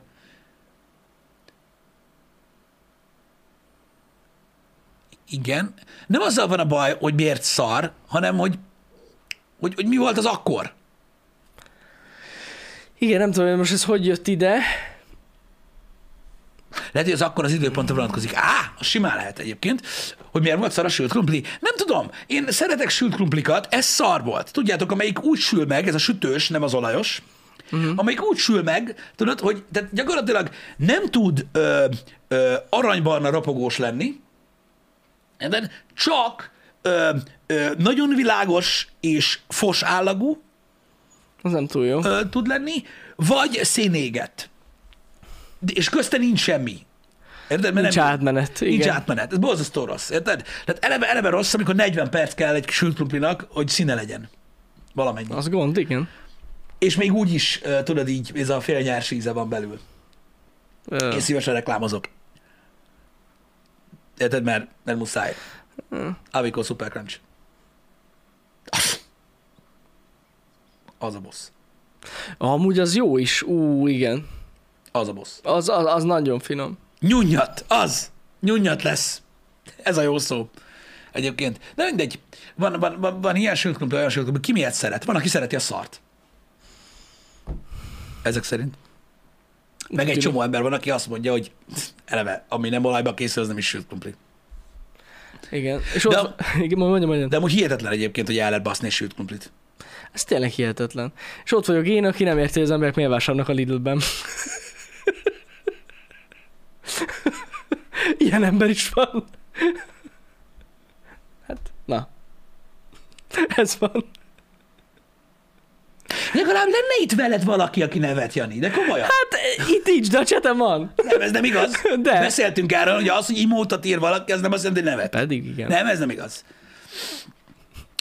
Igen. Nem azzal van a baj, hogy miért szar, hanem hogy, hogy, hogy mi volt az akkor. Igen, nem tudom, hogy most ez hogy jött ide. Lehet, hogy az akkor az időpontra vonatkozik. Á, az simán lehet egyébként, hogy miért volt szar a sült krumpli. Nem tudom, én szeretek sült krumplikat, ez szar volt. Tudjátok, amelyik úgy sül meg, ez a sütős, nem az olajos, uh-huh. amelyik úgy sül meg, tudod, hogy tehát gyakorlatilag nem tud ö, ö, aranybarna ropogós lenni, de csak ö, ö, nagyon világos és fos állagú Az nem túl jó. ö, tud lenni, vagy szénéget. És közte nincs semmi. Érted? Mert Nincs nem, átmenet. Igen. Nincs átmenet. Ez borzasztó rossz, érted? Tehát eleve, eleve rossz, amikor 40 perc kell egy sült krumplinak, hogy színe legyen. Valamennyi. Az gond, igen. És még úgy is, ö, tudod így, ez a fél nyárs íze van belül. Ö, Én szívesen reklámozok. Érted? Mert, mert muszáj. Avico Super Crunch. Az a boss. Amúgy az jó is. Ú, igen. Az a boss. Az, az, az nagyon finom. Nyunnyat, az! Nyunnyat lesz. Ez a jó szó. Egyébként. De mindegy. Van, van, van, van ilyen sültkrumpli, olyan sültkrumpli. Ki miért szeret? Van, aki szereti a szart. Ezek szerint. Meg egy Tűnik. csomó ember van, aki azt mondja, hogy eleve, ami nem olajban készül, az nem is sültkrumpli. Igen. És ott... De- *laughs* Igen, mondja, mondja. De amúgy hihetetlen egyébként, hogy el lehet baszni egy sültkrumplit. Ez tényleg hihetetlen. És ott vagyok én, aki nem érti, hogy az emberek miért vásárolnak a Lidl-ben. *laughs* Ilyen ember is van. Hát, na. Ez van. Legalább lenne itt veled valaki, aki nevet, Jani, de komolyan. Hát eh, itt nincs, de a csetem van. Nem, ez nem igaz. De. Beszéltünk erről, hogy az, hogy imótat ír valaki, az nem azt jelenti, hogy nevet. Pedig igen. Nem, ez nem igaz.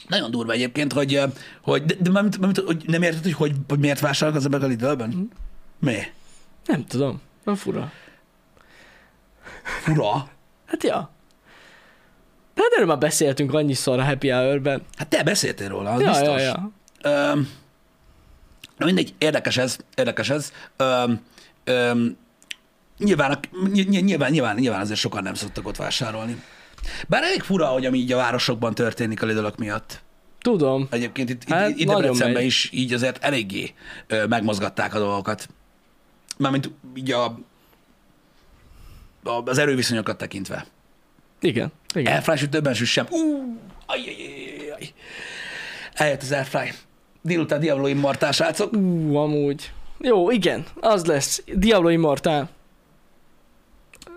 Nagyon durva egyébként, hogy, hogy, de, de mármint- mármint, hogy nem érted, hogy, hogy, hogy miért vásárolnak az emberek a Mhm. Lidl-ben? Mi? Nem tudom. Nem fura. Fura. Hát ja. De hát erről már beszéltünk annyiszor a Happy Hour-ben. Hát te beszéltél róla, az Ja, biztos. ja, ja. Öm, na mindegy, érdekes ez, érdekes ez. Öm, öm, nyilván, a- ny- ny- nyilván, nyilván, nyilván azért sokan nem szoktak ott vásárolni. Bár elég fura, hogy ami így a városokban történik a lidl miatt. Tudom. Egyébként itt, Hát, hát, itt, itt nagyon Debrecenben megy. is így azért eléggé ö, megmozgatták a dolgokat. Mármint így a, a, az erőviszonyokat tekintve. Igen. Igen. Airfry többen süt sem. Ú, ajjajjajjaj. Eljött az Airfry. Délután Diablo Immortál, srácok. Ú, amúgy. Jó, igen, az lesz. Diablo Immortal.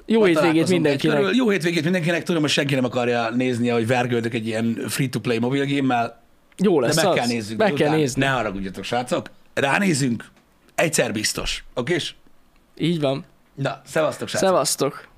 Jó Ma hétvégét találkozunk egy mindenkinek. körül. Jó hétvégét mindenkinek. Tudom, hogy senki nem akarja nézni, hogy vergődök egy ilyen free-to-play mobil gémmel, Jó de lesz meg az. kell nézzünk. Meg kell délután. nézni. Ne haragudjatok, srácok. Ránézünk. Egyszer biztos. Oké? Így van. Na, szevasztok, srácok. Szevasztok.